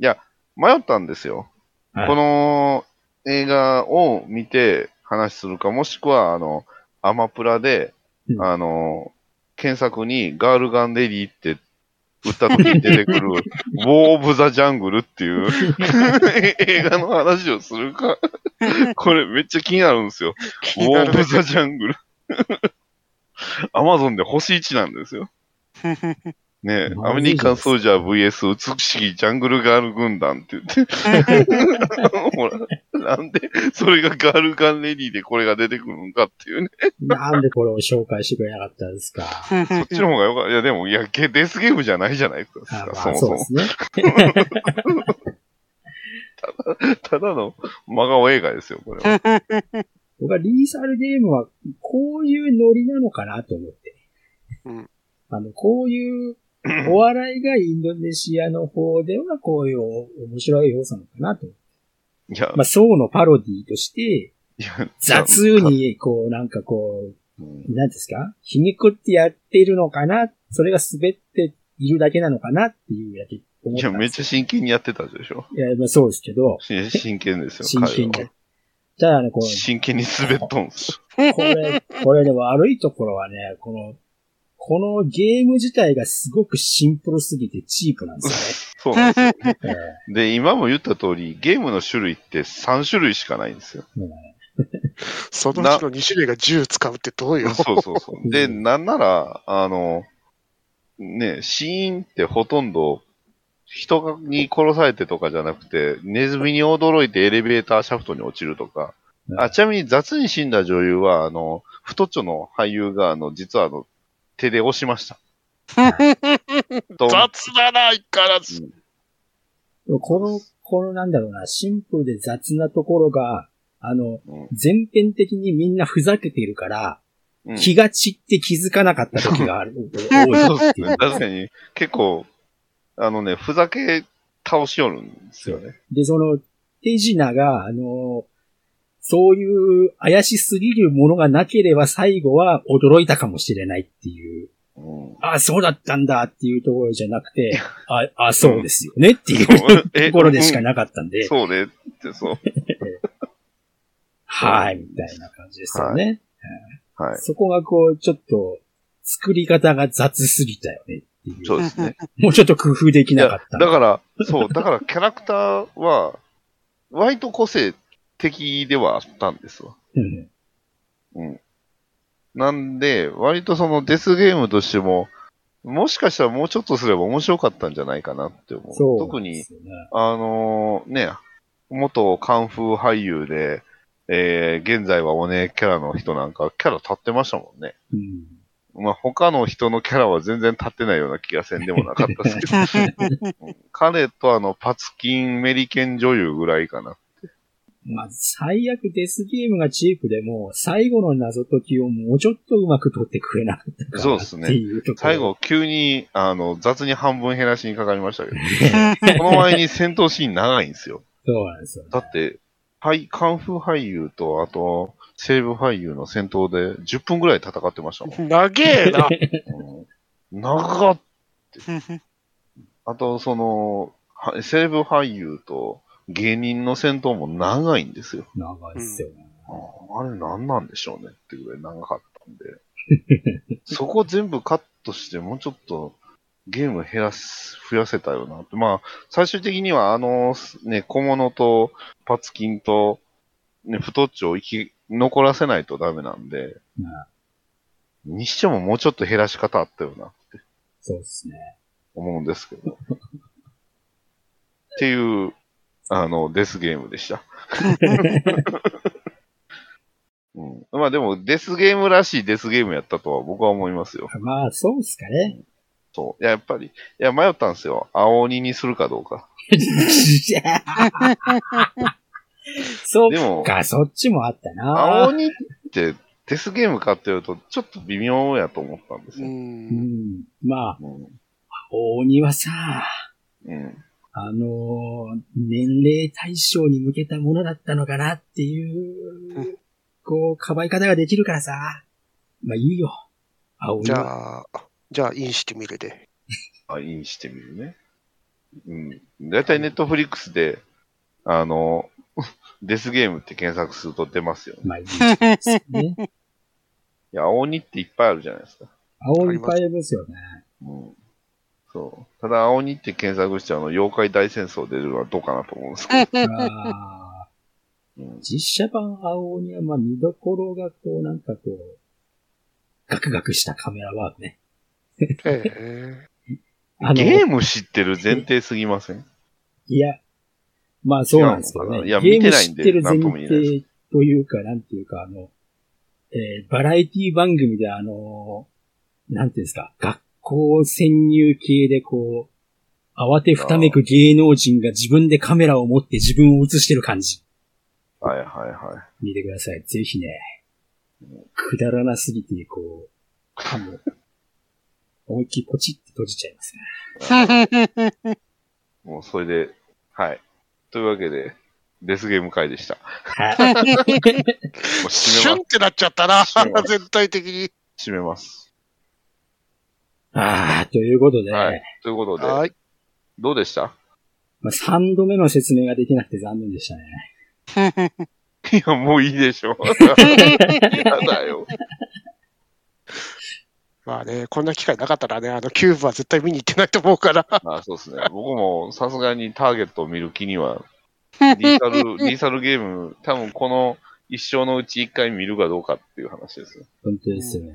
や、迷ったんですよ。はいこの映画を見て話するか、もしくは、あの、アマプラで、うんあの、検索にガールガンレディって打った時に出てく [LAUGHS] る、ウォー・オブ・ザ・ジャングルっていう [LAUGHS] 映画の話をするか、これめっちゃ気になるんですよ。ウォー・オブ・ザ・ジャ [LAUGHS] ングル。アマゾンで星1なんですよ。 [LAUGHS] ねえ、アメリカンソルジャー VS 美しきジャングルガール軍団って言って。 [LAUGHS] ほら、なんで、それがガールガンレディでこれが出てくるのかっ [LAUGHS] ていうね。なんでこれを紹介してくれなかったんですか。そっちの方がよかった。いや、でも、いや、ゲデスゲームじゃないじゃないですあか、 [LAUGHS] まそあ、もそそうもで。すね。ただの真顔映画ですよ、これは。僕はリーサルゲームは、こういうノリなのかなと思って。うんあの、こういう、 [CLEARS THROAT] お笑いがインドネシアの方では、こういう面白い要素なのかなと。いや、まあ、そうのパロディとして、いや雑に、こう、なんかこうんう、なんですか皮肉ってやってるのかなそれが滑っているだけなのかなっていうだけ思いったや、んでめっすちゃ真剣にやってたでし [LAUGHS] ょ。いや、まあそうですけど、いや真剣ですよ、真剣彼には。。ただね、こう、真剣に滑っとんすこれ、これでも悪いところはね、この、このゲーム自体がすごくシンプルすぎてチープなんですよ。そうなんですよ。よ [LAUGHS] ね。で、今も言った通り、ゲームの種類って3種類しかないん [LAUGHS] ですよ。そのうちの2種類が銃使うってどうよ。そうそうそう。で、なんなら、あの、ね、死因ってほとんど、人に殺されてとかじゃなくて、ネズミに驚いてエレベーターシャフトに落ちるとか。あ、ちなみに雑に死んだ女優は、あの、太っちょの俳優が、あの、実はあの、手で押しま [LAUGHS] した。と雑だな、相変わらず。でもこの、このなんだろうな、シンプルで雑なところが、あの、うん全編的にみんなふざけてるから、うん気が散って気づかなかった時がある。 [LAUGHS] 多そいう [LAUGHS] ですね。確かに、結構、あのね、ふざけ倒しよるんですよね。で、その、手品が、あの、そういう怪しすぎるものがなければ最後は驚いたかもしれないっていう。うん、あ、そうだったんだっていうところじゃなく [LAUGHS] て、あ、あ、そうですよねっていう [LAUGHS] とえころでしかなかったんで、そうねって、そう。はい、みたいな感じですよね。はい。そこがこう、ちょっと、作り方が雑すぎたよねっていう。 [LAUGHS] そうですね。もうちょっと工夫できいなやかった。だから、そう、だからキャラクターは、割と個性的ではあったんですわ。うんうん。なんで、割とそのデスゲームとしても、もしかしたらもうちょっとすれば面白かったんじゃないかなって思う。そう。特に、。あのーね、元カンフー俳優で、えー現在はお姉キャラの人なんか、キャラ立ってましたもんね。うん。まあ、他の人のキャラは全然立ってないような気がせんでもなかったですけど、うん彼とあの、パツキンメリケン女優ぐらいかな。まあ、最悪デスゲームがチープでも、最後の謎解きをもうちょっとうまく取ってくれなかったかなそうですっねていうところ。最後、急に、あの、雑に半分減らしにかかりましたけど、この前に戦闘シーン長いんですよ。そうなんですよね。だって、はい、カンフー俳優と、あと、西部俳優の戦闘で10分ぐらい戦ってましたもん。長え [LAUGHS] な。うん長っあと、その、は西部俳優と芸人の戦闘も長いんですよ。長いですよね。あれ何なんでしょうねってぐらい長かったんで。そこ全部カットして、もうちょっとゲーム減らす、増やせたよなって。まあ、最終的にはあの、ね、小物とパツキンと、ね、太っちょを生き、残らせないとダメなんで、まあにしてももうちょっと減らし方あったよなってそうですね。思うんですけど。っていう、あの、デスゲームで [LAUGHS] した。うん、まあでも、デスゲームらしいデスゲームやったとは僕は思いますよ。まあ、そうっすかね。そう。いや、やっぱり、いや、迷ったんですよ。青鬼にするかどうか。 [LAUGHS] そでっもか、そっちもあったな。青鬼って、デスゲームかっていうと、ちょっと微妙やと思ったんですうよ。うんん。まあ、うん。大鬼はさ、うん。あのー年齢対象に向けたものだったのかなっていうう、こう、かばい方ができるからさ。まあいいよ。青鬼じは。ゃあ、じゃあ、インしてみるで。 [LAUGHS] あ、インしてみるね。うん。だいたいネットフリックスで、あの、 [LAUGHS] デスゲームって検索すると出ますよね。まあいいです [LAUGHS] ね。いや、青鬼っていっぱいあるじゃないですか。青鬼パイですよね。うん。そう。ただ、青鬼って検索して、あの、妖怪大戦争出るのはどうかなと思うんですけあーうん実写版青鬼はまあ見どころがこうなんかこう、ガクガクしたカメラワークね。ええ。あど。の、ゲーム知ってる前提すぎませんいや、まあそうなんですけど違うのかね。ないやゲー見ムてない知っんでてる前なんとも言えない提というか、なんていうか、あの、えーバラエティ番組であの、なんていうんですか、学校潜入系でこう、慌てふためく芸能人が自分でカメラを持って自分を映してる感じ。はいはいは見てください。ぜひね、くだらなすぎて、こう、あの、思いっきりポチって閉じちゃいますね。い。もう、それで、はい。というわけで、デスゲーム会でした。もはい。 [LAUGHS] うシ締ュめンってなっちゃったな閉めま、す [LAUGHS] 全体的に。ます。締めます。ああ、ということで、はい。ということで、はい。どうでした [LAUGHS] まあ、3度目の説明ができなくて残念でしたね。いや、もういいでし [LAUGHS] ょ。やだよ。まあね、こんな機会なかったらね、あのキューブは絶対見に行ってないと思うから。 [LAUGHS] まあそうですね。僕もさすがにターゲットを見る気には、リーサル、リーサルゲーム、多分この一生のうち一回見るかどうかっていう話ですね。本当ですよね。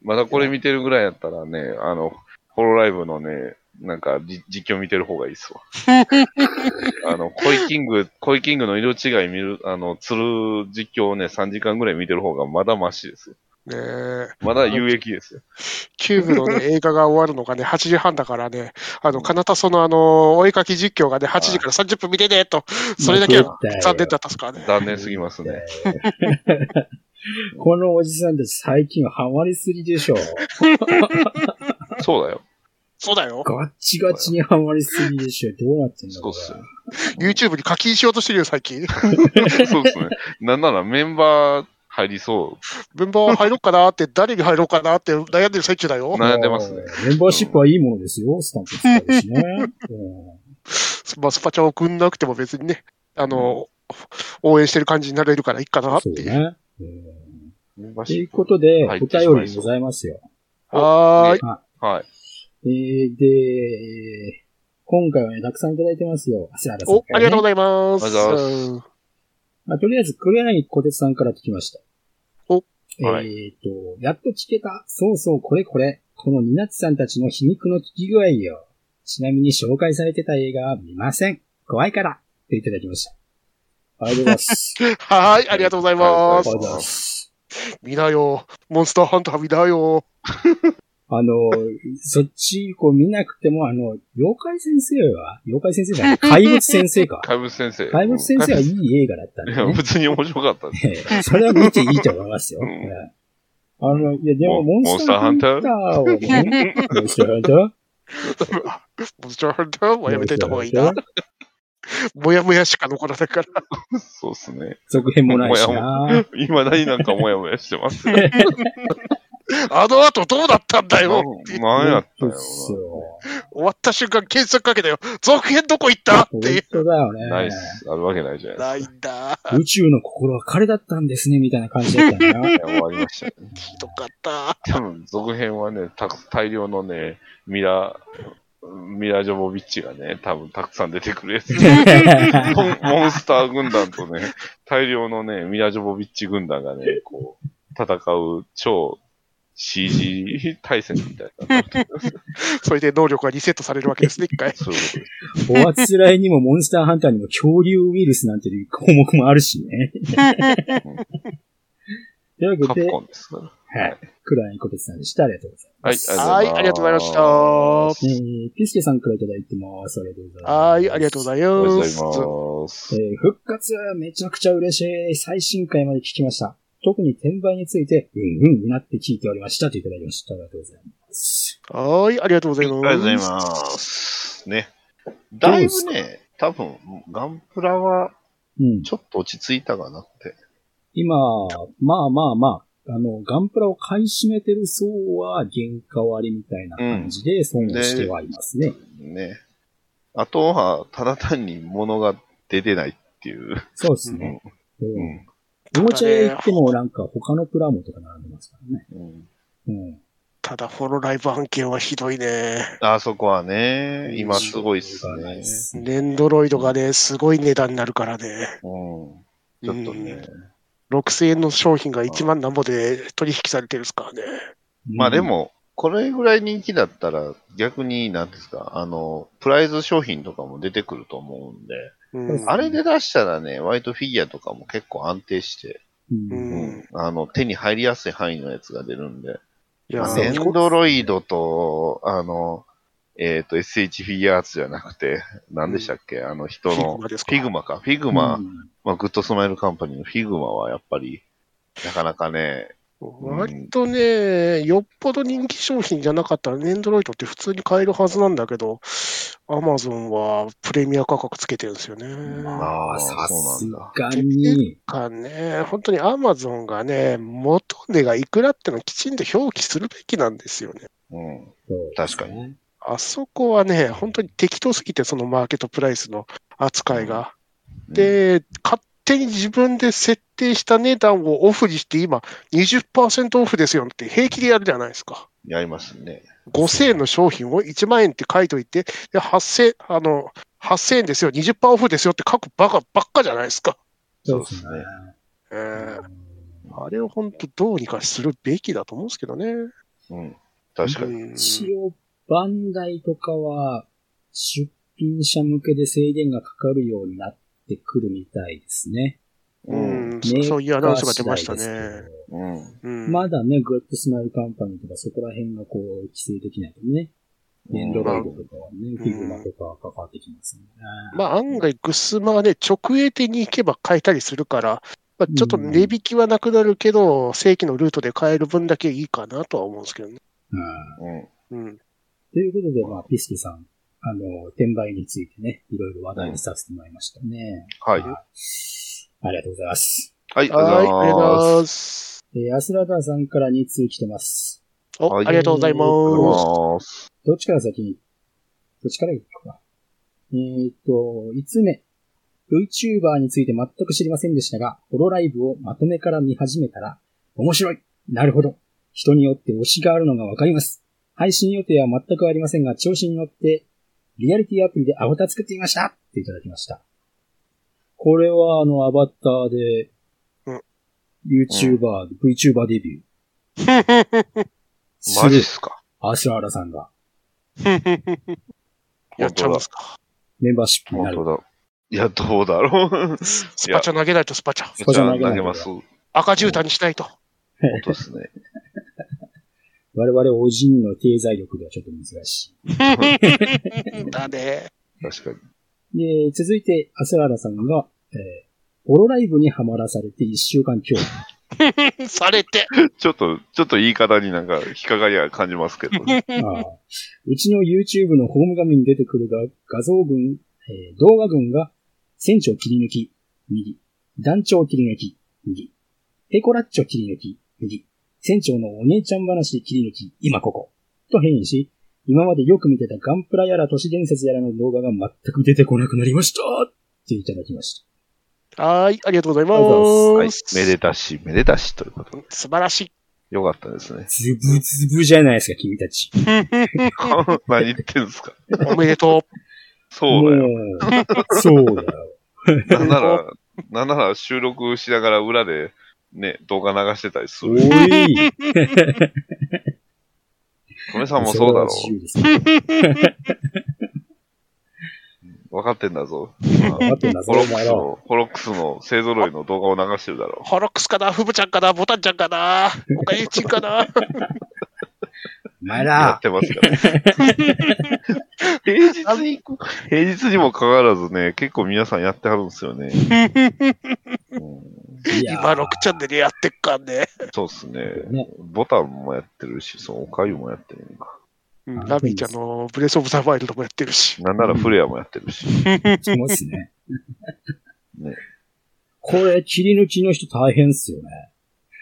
まだこれ見てるぐらいやったらね、あの、ホロライブのね、なんかじ実況見てる方がいいっすわ。あの、コイキング、コイキングの色違い見る、あの、釣る実況をね、3時間ぐらい見てる方がまだマシですよ。ねえまだ有益ですよ。キューブの、 [LAUGHS] ね、映画が終わるのがね、8時半だからね、あの、かなたその、あの、お絵かき実況がね、8時から30分見てねと、それだけは残念だったっすからね。残念すぎますね。このおじさんたち最近ハマりすぎでしょ。そうだよ。そうだよ。ガッチガチにハマりすぎでしょ。どうなってんだそうろっすよ。 YouTube に課金しようとしてるよ、最近。 [LAUGHS] [LAUGHS] そうですね。なんならメンバー入りそ文房入ろうかなって、誰に入ろうかなって悩んでる最中だよう。。悩んでますね。メンバーシップはいいものですよ。スタンプ使うしね。うんまあ、スパチャを送んなくても別にね、あの、応援してる感じになれるからいいかなってそういう。ね。うんメンバーとシいうップ。ことで、はいお便りございますよ。はーい。はい。えー、で、えー今回はね、たくさんいただいてますよ。朝原さんお、からね、ありがとうございます。ありがとうございまあ、とりあえず、黒柳小鉄さんから聞きました。おはえっ、と、やっと聞けた。そうそう、これこれ。このニナッチさんたちの皮肉の聞き具合よ。ちなみに紹介されてた映画は見ません。怖いから。っていただきました。ありがとうございます。ありはーい、ありがとうございまあがすとう。ございます。見なよ。モンスターハンター見なよ。あの、そっち、こう見なくても、あの、妖怪先生は、妖怪先生じゃない、怪物先生か。 [LAUGHS] 怪物先生。怪物先生はいい映画だったんい [LAUGHS] で、や、ね。普通に面白かったです。ええ [LAUGHS] それは見ていいと思いますよ。うんええあの、いや、でも、モンモンスターハンターをね、モンスターハンターモンスターハンターはやめといた方がいいな。。もやもやしか残らないから。そうですね。続編もないしな。いまだになんかモヤモヤしてますよ。 [LAUGHS] あの後どうだったんだよ。なんやったんそうっやすろよ終わった瞬間検索かけたよ。続編どこ行ったってい本う。当だよな。ナねイ。ス。あるわけないじゃないないんだ。宇宙の心は彼だったんですね、みたいな感じだったな。ですか。いや終わりましたね。ひどかった。多分、続編はね、たく大量のね、ミラ、ミラ・ジョボビッチがね、多分たくさん出てくる [LAUGHS] やつ。モンモンスター軍団とね、大量のね、ミラ・ジョボビッチ軍団がね、こう、戦う超 CG 対戦みたいな。それで能力がリセットされるわけですね、一回。そういうことです。 [LAUGHS] おあつらいにもモンスターハンターにも恐竜ウイルスなんていう項目もあるしね。というわカけで、プコンですから。はい。黒柳小鉄さんでした。ありがとうございはまいす。、はい、ありがとうございました。えー、ピスケさんからいただいてます。ありがとうございます。はい、ありがとうございおはようまございす。ますえ。ー復活めちゃくちゃ嬉しい。最新回まで聞きました。特に転売について、うんうんうなって聞いておりました。といただきました。ありがとうございます。はい、ありがとうございます。ありがとうございます。ね。だいぶどうね、多分、ガンプラはうん。ちょっと落ち着いたかなって。今、まあまあまあ、あの、ガンプラを買い占めてる層は、原価割りみたいな感じで損をしてはいますね。ね。あとは、ただ単に物が出てないっていう。そうですうねん。う。うんんおもちゃ屋行ってもなんか他のプラモとか並んでますからね。うんうん。ただ、ホロライブ案件はひどいね。あそこはね、今すごいっすね。レンドロイドがね、すごい値段になるからね。うん。ちょっとね。 6000円の商品が1万なんぼで取引されてるんですからね。まあで、も、これぐらい人気だったら、逆に、なんですか、あの、プライズ商品とかも出てくると思うんで、うん。あれで出したらね、割とフィギュアとかも結構安定して、うんううんん、あの、手に入りやすい範囲のやつが出るんで、いやまあ、ねエンドロイドと、あの、えっ、と、SH フィギュアーツじゃなくて、何でしたっけ、あの人フィのグマです、かフィグマか。フィグマ、まあ、グッドスマイルカンパニーのフィグマはやっぱり、なかなかね、割とね、よっぽど人気商品じゃなかったら、エンドロイドって普通に買えるはずなんだけど、アマゾンはプレミア価格つけてるんですよね。まあ、あーさそすうなんだがに、かね、本当にアマゾンがね、元値がいくらってのをきちんと表記するべきなんですよね。うん、そう確かに。あそこはね、本当に適当すぎて、そのマーケットプライスの扱いが。で、勝手に自分で設定した値段をオフにして、今、20%オフですよって平気でやるじゃないですか。やりますね。 5000円の商品を1万円って書いといて、で8000、あの、8000円ですよ、20%オフですよって書くバカばっかじゃないですか。そうですね。えーあれを本当どうにかするべきだと思うんですけどね。うん。確かに。うん一応、バンダイとかは、出品者向けで制限がかかるようになってくるみたいですね。うん、メーカーそうそういうアナウンスが出ました次ね第で。すけうん。うんど。まだね、グレッドスマイルカンパニーとかそこら辺がこう、規制できないとね。エンドロイドとかはね、フィグマとかかかってきますね。まあ案外グスマはね、直営店に行けば買えたりするから、まあ、ちょっと値引きはなくなるけど、正規のルートで買える分だけいいかなとは思うんですけどね。うんうん。うん。ということで、まあ、ピスケさん、あの、転売についてね、いろいろ話題にさせてもらいましたね。はい。あありがとうございます。はい、はあい、りがありがととうごうござざいいます。ます。えーアスラダーさんから2通来てます。お、はいありがとうございます。す。どっちから先に、どっちから行くか。えーっと、5つ目。VTuber について全く知りませんでしたが、ホロライブをまとめから見始めたら、面白いなるほど人によって推しがあるのがわかります。配信予定は全くありませんが、調子に乗って、リアリティアプリでアバター作ってみましたっていただきました。これは、あの、アバターでうん、 YouTuber、VTuber デビュー。 [LAUGHS] マジっすすか。るアシュラーラさんがやっちゃいますか。メンバーシップにな本る当。だ。いや、どうだろう。スパチャ投げないとスパチャ。スパチャ投げない投げます。本赤絨毯にしないと。当ですね。我々おじんの経済力ではちょっと難しだね。確かに。い。で、続いて、アスラーラさんが、えー、オロライブにハマらされて1週間今日。されて。ちょっと、ちょっと言い方になんか引っかかりは感じますけどね。ああうちの YouTube のホーム画面に出てくるが画像群、えー動画群が、船長切り抜き、右。団長切り抜き、右。ペコラッチョ切り抜き、右。船長のお姉ちゃん話切り抜き、今ここ。と変異し、今までよく見てたガンプラやら都市伝説やらの動画が全く出てこなくなりましたっていただきました。はい、ありがとうございありがとう。はまいす。。めでたし、めでたしということで。素晴らしい。よかったですね [LAUGHS] ズブズブじゃないですか、君たち。何言ってんですか。おめでとそうだよ。もうそうだよ。[LAUGHS] なんなら、なんなら収録しながら裏で、ね、動画流してたりすおる。い。トメさんもそうれだろは自由ですねう。分かってんだぞ。待ってんだぞ、ホロおック前スらは。の、ホロックスの勢揃いの動画を流してるだろう。ホロックスかなフブちゃんかなボタンちゃんかなおかゆちんかなお前う。やっら、てますから、ね。平日に行く、平日にもかかわらずね、結構皆さんやってはるんですよね。うんいや今6チャンネルやってっかんね。そうですねねボタンもやってるし、そのおかゆもやってるのか。うんラビーちゃんのブレスオブザワイルドもやってるし。なんならフレアもやってるし。そうですね。ねこれ、切り抜きの人大変っすよね。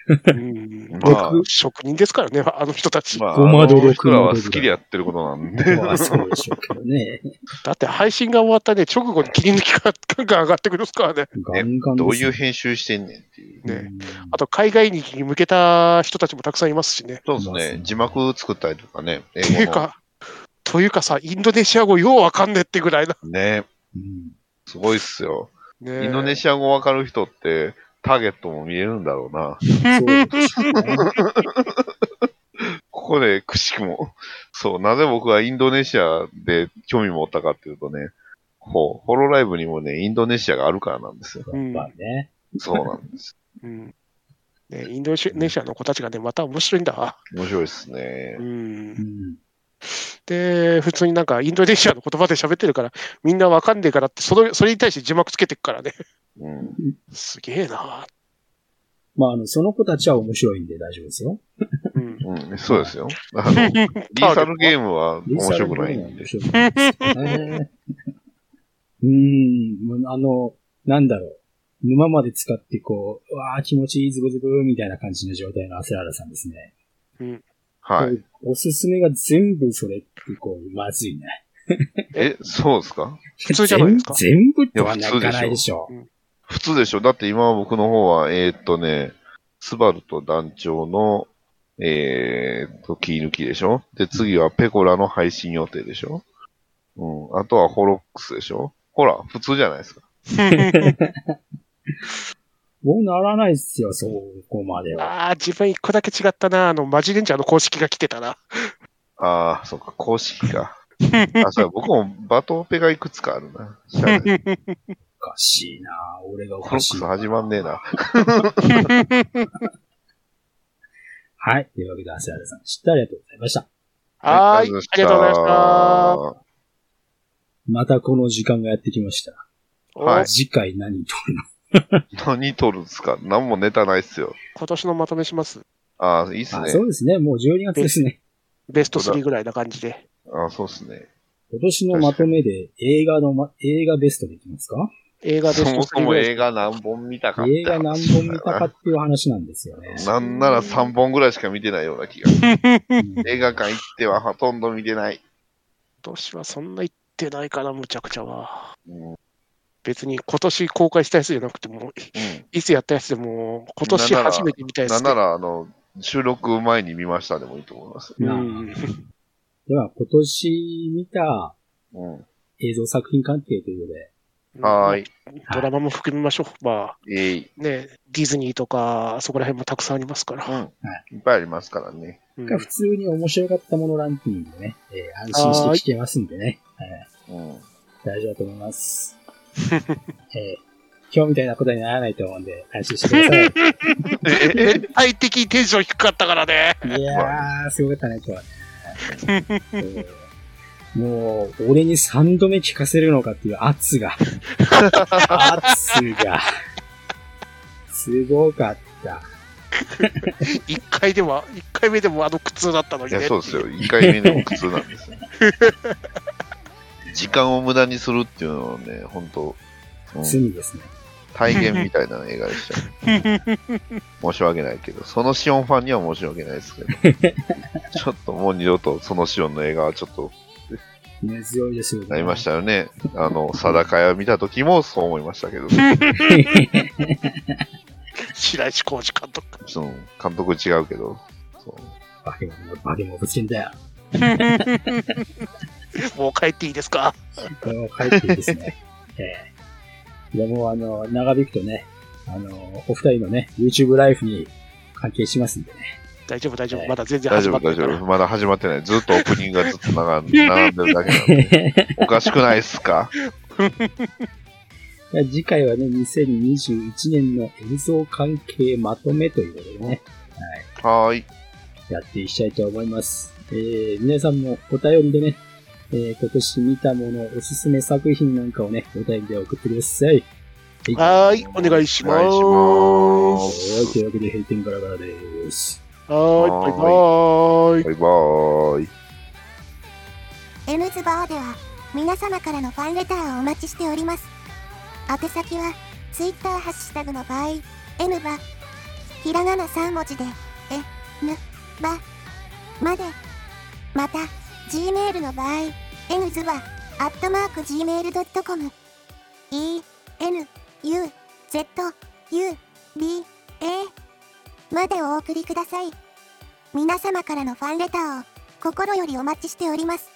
うんまあ、職人ですからね、あの人たち。まあ、ごまどろあの僕らごまはどろ好きでやってることなんで。まあ、そうでしょうけどね。だって配信が終わったね、直後に切り抜きがガンガン上がってくるっすからね。ガンガンどうですいよう編集してんねんっていう。ねうんあと、海外に向けた人たちもたくさんいますしね。そうですね。字幕作ったりとかね。英ていう語か、というかさ、インドネシア語ようわかんねえってぐらいな。の。ね。うんすごいっすよ。ねインドネシア語わかる人って、ターゲットも見えるんだろうな。そうでしょうね。ここで、くしくも。 [LAUGHS] そう、なぜ僕はインドネシアで興味持ったかっていうとね、こう、ホロライブにもね、インドネシアがあるからなんですよ。うんまあね。そうなんです。うんね、インドネシアの子たちがね、また面白いんだ。面白いですねう。んう、んで、普通になんかインドネシアの言葉で喋ってるから、みんなわかんねえからって、そのそれに対して字幕つけてくからね。うん。すげえな。まあ、あの、その子たちは面白いんで大丈夫ですよ。うん、うん、そうですよ。あの、リーサルゲームは面白くないんで面。白くないですね。うん、もうあの、なんだろう。沼まで使ってこう、うわあ気持ちいいズブズブみたいな感じの状態のアセラーラさんですね。うんはい。おすすめが全部それってこう、まずいね。え、そうですか普通じゃないですか全全部ってはなかないでしょ。普通でしょだって今僕の方は、えーっとね、スバルと団長の、えーっと、切り抜きでしょで、次はペコラの配信予定でしょうん。あとはホロックスでしょほら、普通じゃないですか。もうならないっすよ、そこまでは。ああ、自分一個だけ違ったな。あの、マジレンジャーの公式が来てたな。ああ、そうか、公 [LAUGHS] 式か。あ、そう僕もバトオペがいくつかあ [LAUGHS] るな。知らない。おかしいな俺がおホロッかクしいス。始ま [LAUGHS] んねえな。はい。というわけで、アセアルさん、知ってありがとうございました。はーい。ありがとうございました。またこの時間がやってきました。おはい次回何撮るのした。何撮るんですか何もネタないっすよ。今年のまとめします。ああ、いいっすあね。そうですね。もう12月ですね。ベスト3ぐらいな感じで。ああ、そうっすね。今年のまとめで映画の、ま、映画ベストでいきますか映画ベそストもそ3もぐらい。映画何本見たかって映画何本見たかっていう話なんですよ [LAUGHS] ね。なんなら3本ぐらいしか見てないような気がする。うん映画館行ってはほとんど見てない。今年はそんな言ってないかな、むちゃくちゃは。うんうん別に今年公開したやつじゃなくても、いつやったやつでも、今年初めて見たやつなで。んなら、あの、収録前に見ましたでもいいと思います。うなあん。では、今年見たうん。映像作品関係ということで、はーい。ドラマも含みましょう。まあ、えい。ね、ディズニーとか、そこら辺もたくさんありますから。いっぱいありますからね。うん普通に面白かったものランキングでね、えー安心して聞けますんでね、はいうん。大丈夫だと思い [LAUGHS] ます。えー今日みたいなことにならないと思うんで、安心してください。え絶対的テンション低かったからね。いやー、すごかったね、今日はね。うんもう、俺に3度目聞かせるのかっていう圧 [LAUGHS] が。圧が。すごかった。一回でも、一回目でもあの苦痛だったの [LAUGHS] いにや、ね。そうですよ。1回目でも苦痛なんですよ。時間を無駄にするっていうのはね、本当、うん、罪ですね。体現みたいな映画でした。申し訳ないけど、そのシオンファンには申し訳ないですけど、ちょっともう二度とそのシオンの映画はちょっと根強いですよ、。なりましたたよね。あの、定屋を見た時もそう思いましたけど、白石浩二監督。 [LAUGHS] その監督違うけど、そうバケモンが [LAUGHS] バケモンぶつけんだよ。もう帰っていいですかこれも帰っていいですね。 [LAUGHS] ええでも、あの、長引くとね、あの、お二人のね、YouTube ライフに関係しますんでね。大丈夫、大丈え夫。えまだ全然大始丈まっ夫、てな大いか丈ら。夫。まだ始まってない。ずっとオープニングがずっと並んで並んでるだけなんで、おかしくないっすかじゃあ次回はね、2021年の映像関係まとめということでね、はーい。やっていきたいと思います。えー、皆さんもお便りでね、えー、今年見たもの、おすすめ作品なんかをね、お便りで送ってください。はーい、お願いします。お願いしはい、というわけで閉店ガラガラです。はーい、バイバーイ。バイバーイ。エムズバーでは皆様からのファンレターをお待ちしております宛先は Twitter ハッシュタグの場合 M バひらがな3文字でえぬばまでまた Gmail の場合 N ズバアットマーク Gmail.com E N U Z U B A までお送りください皆様からのファンレターを心よりお待ちしております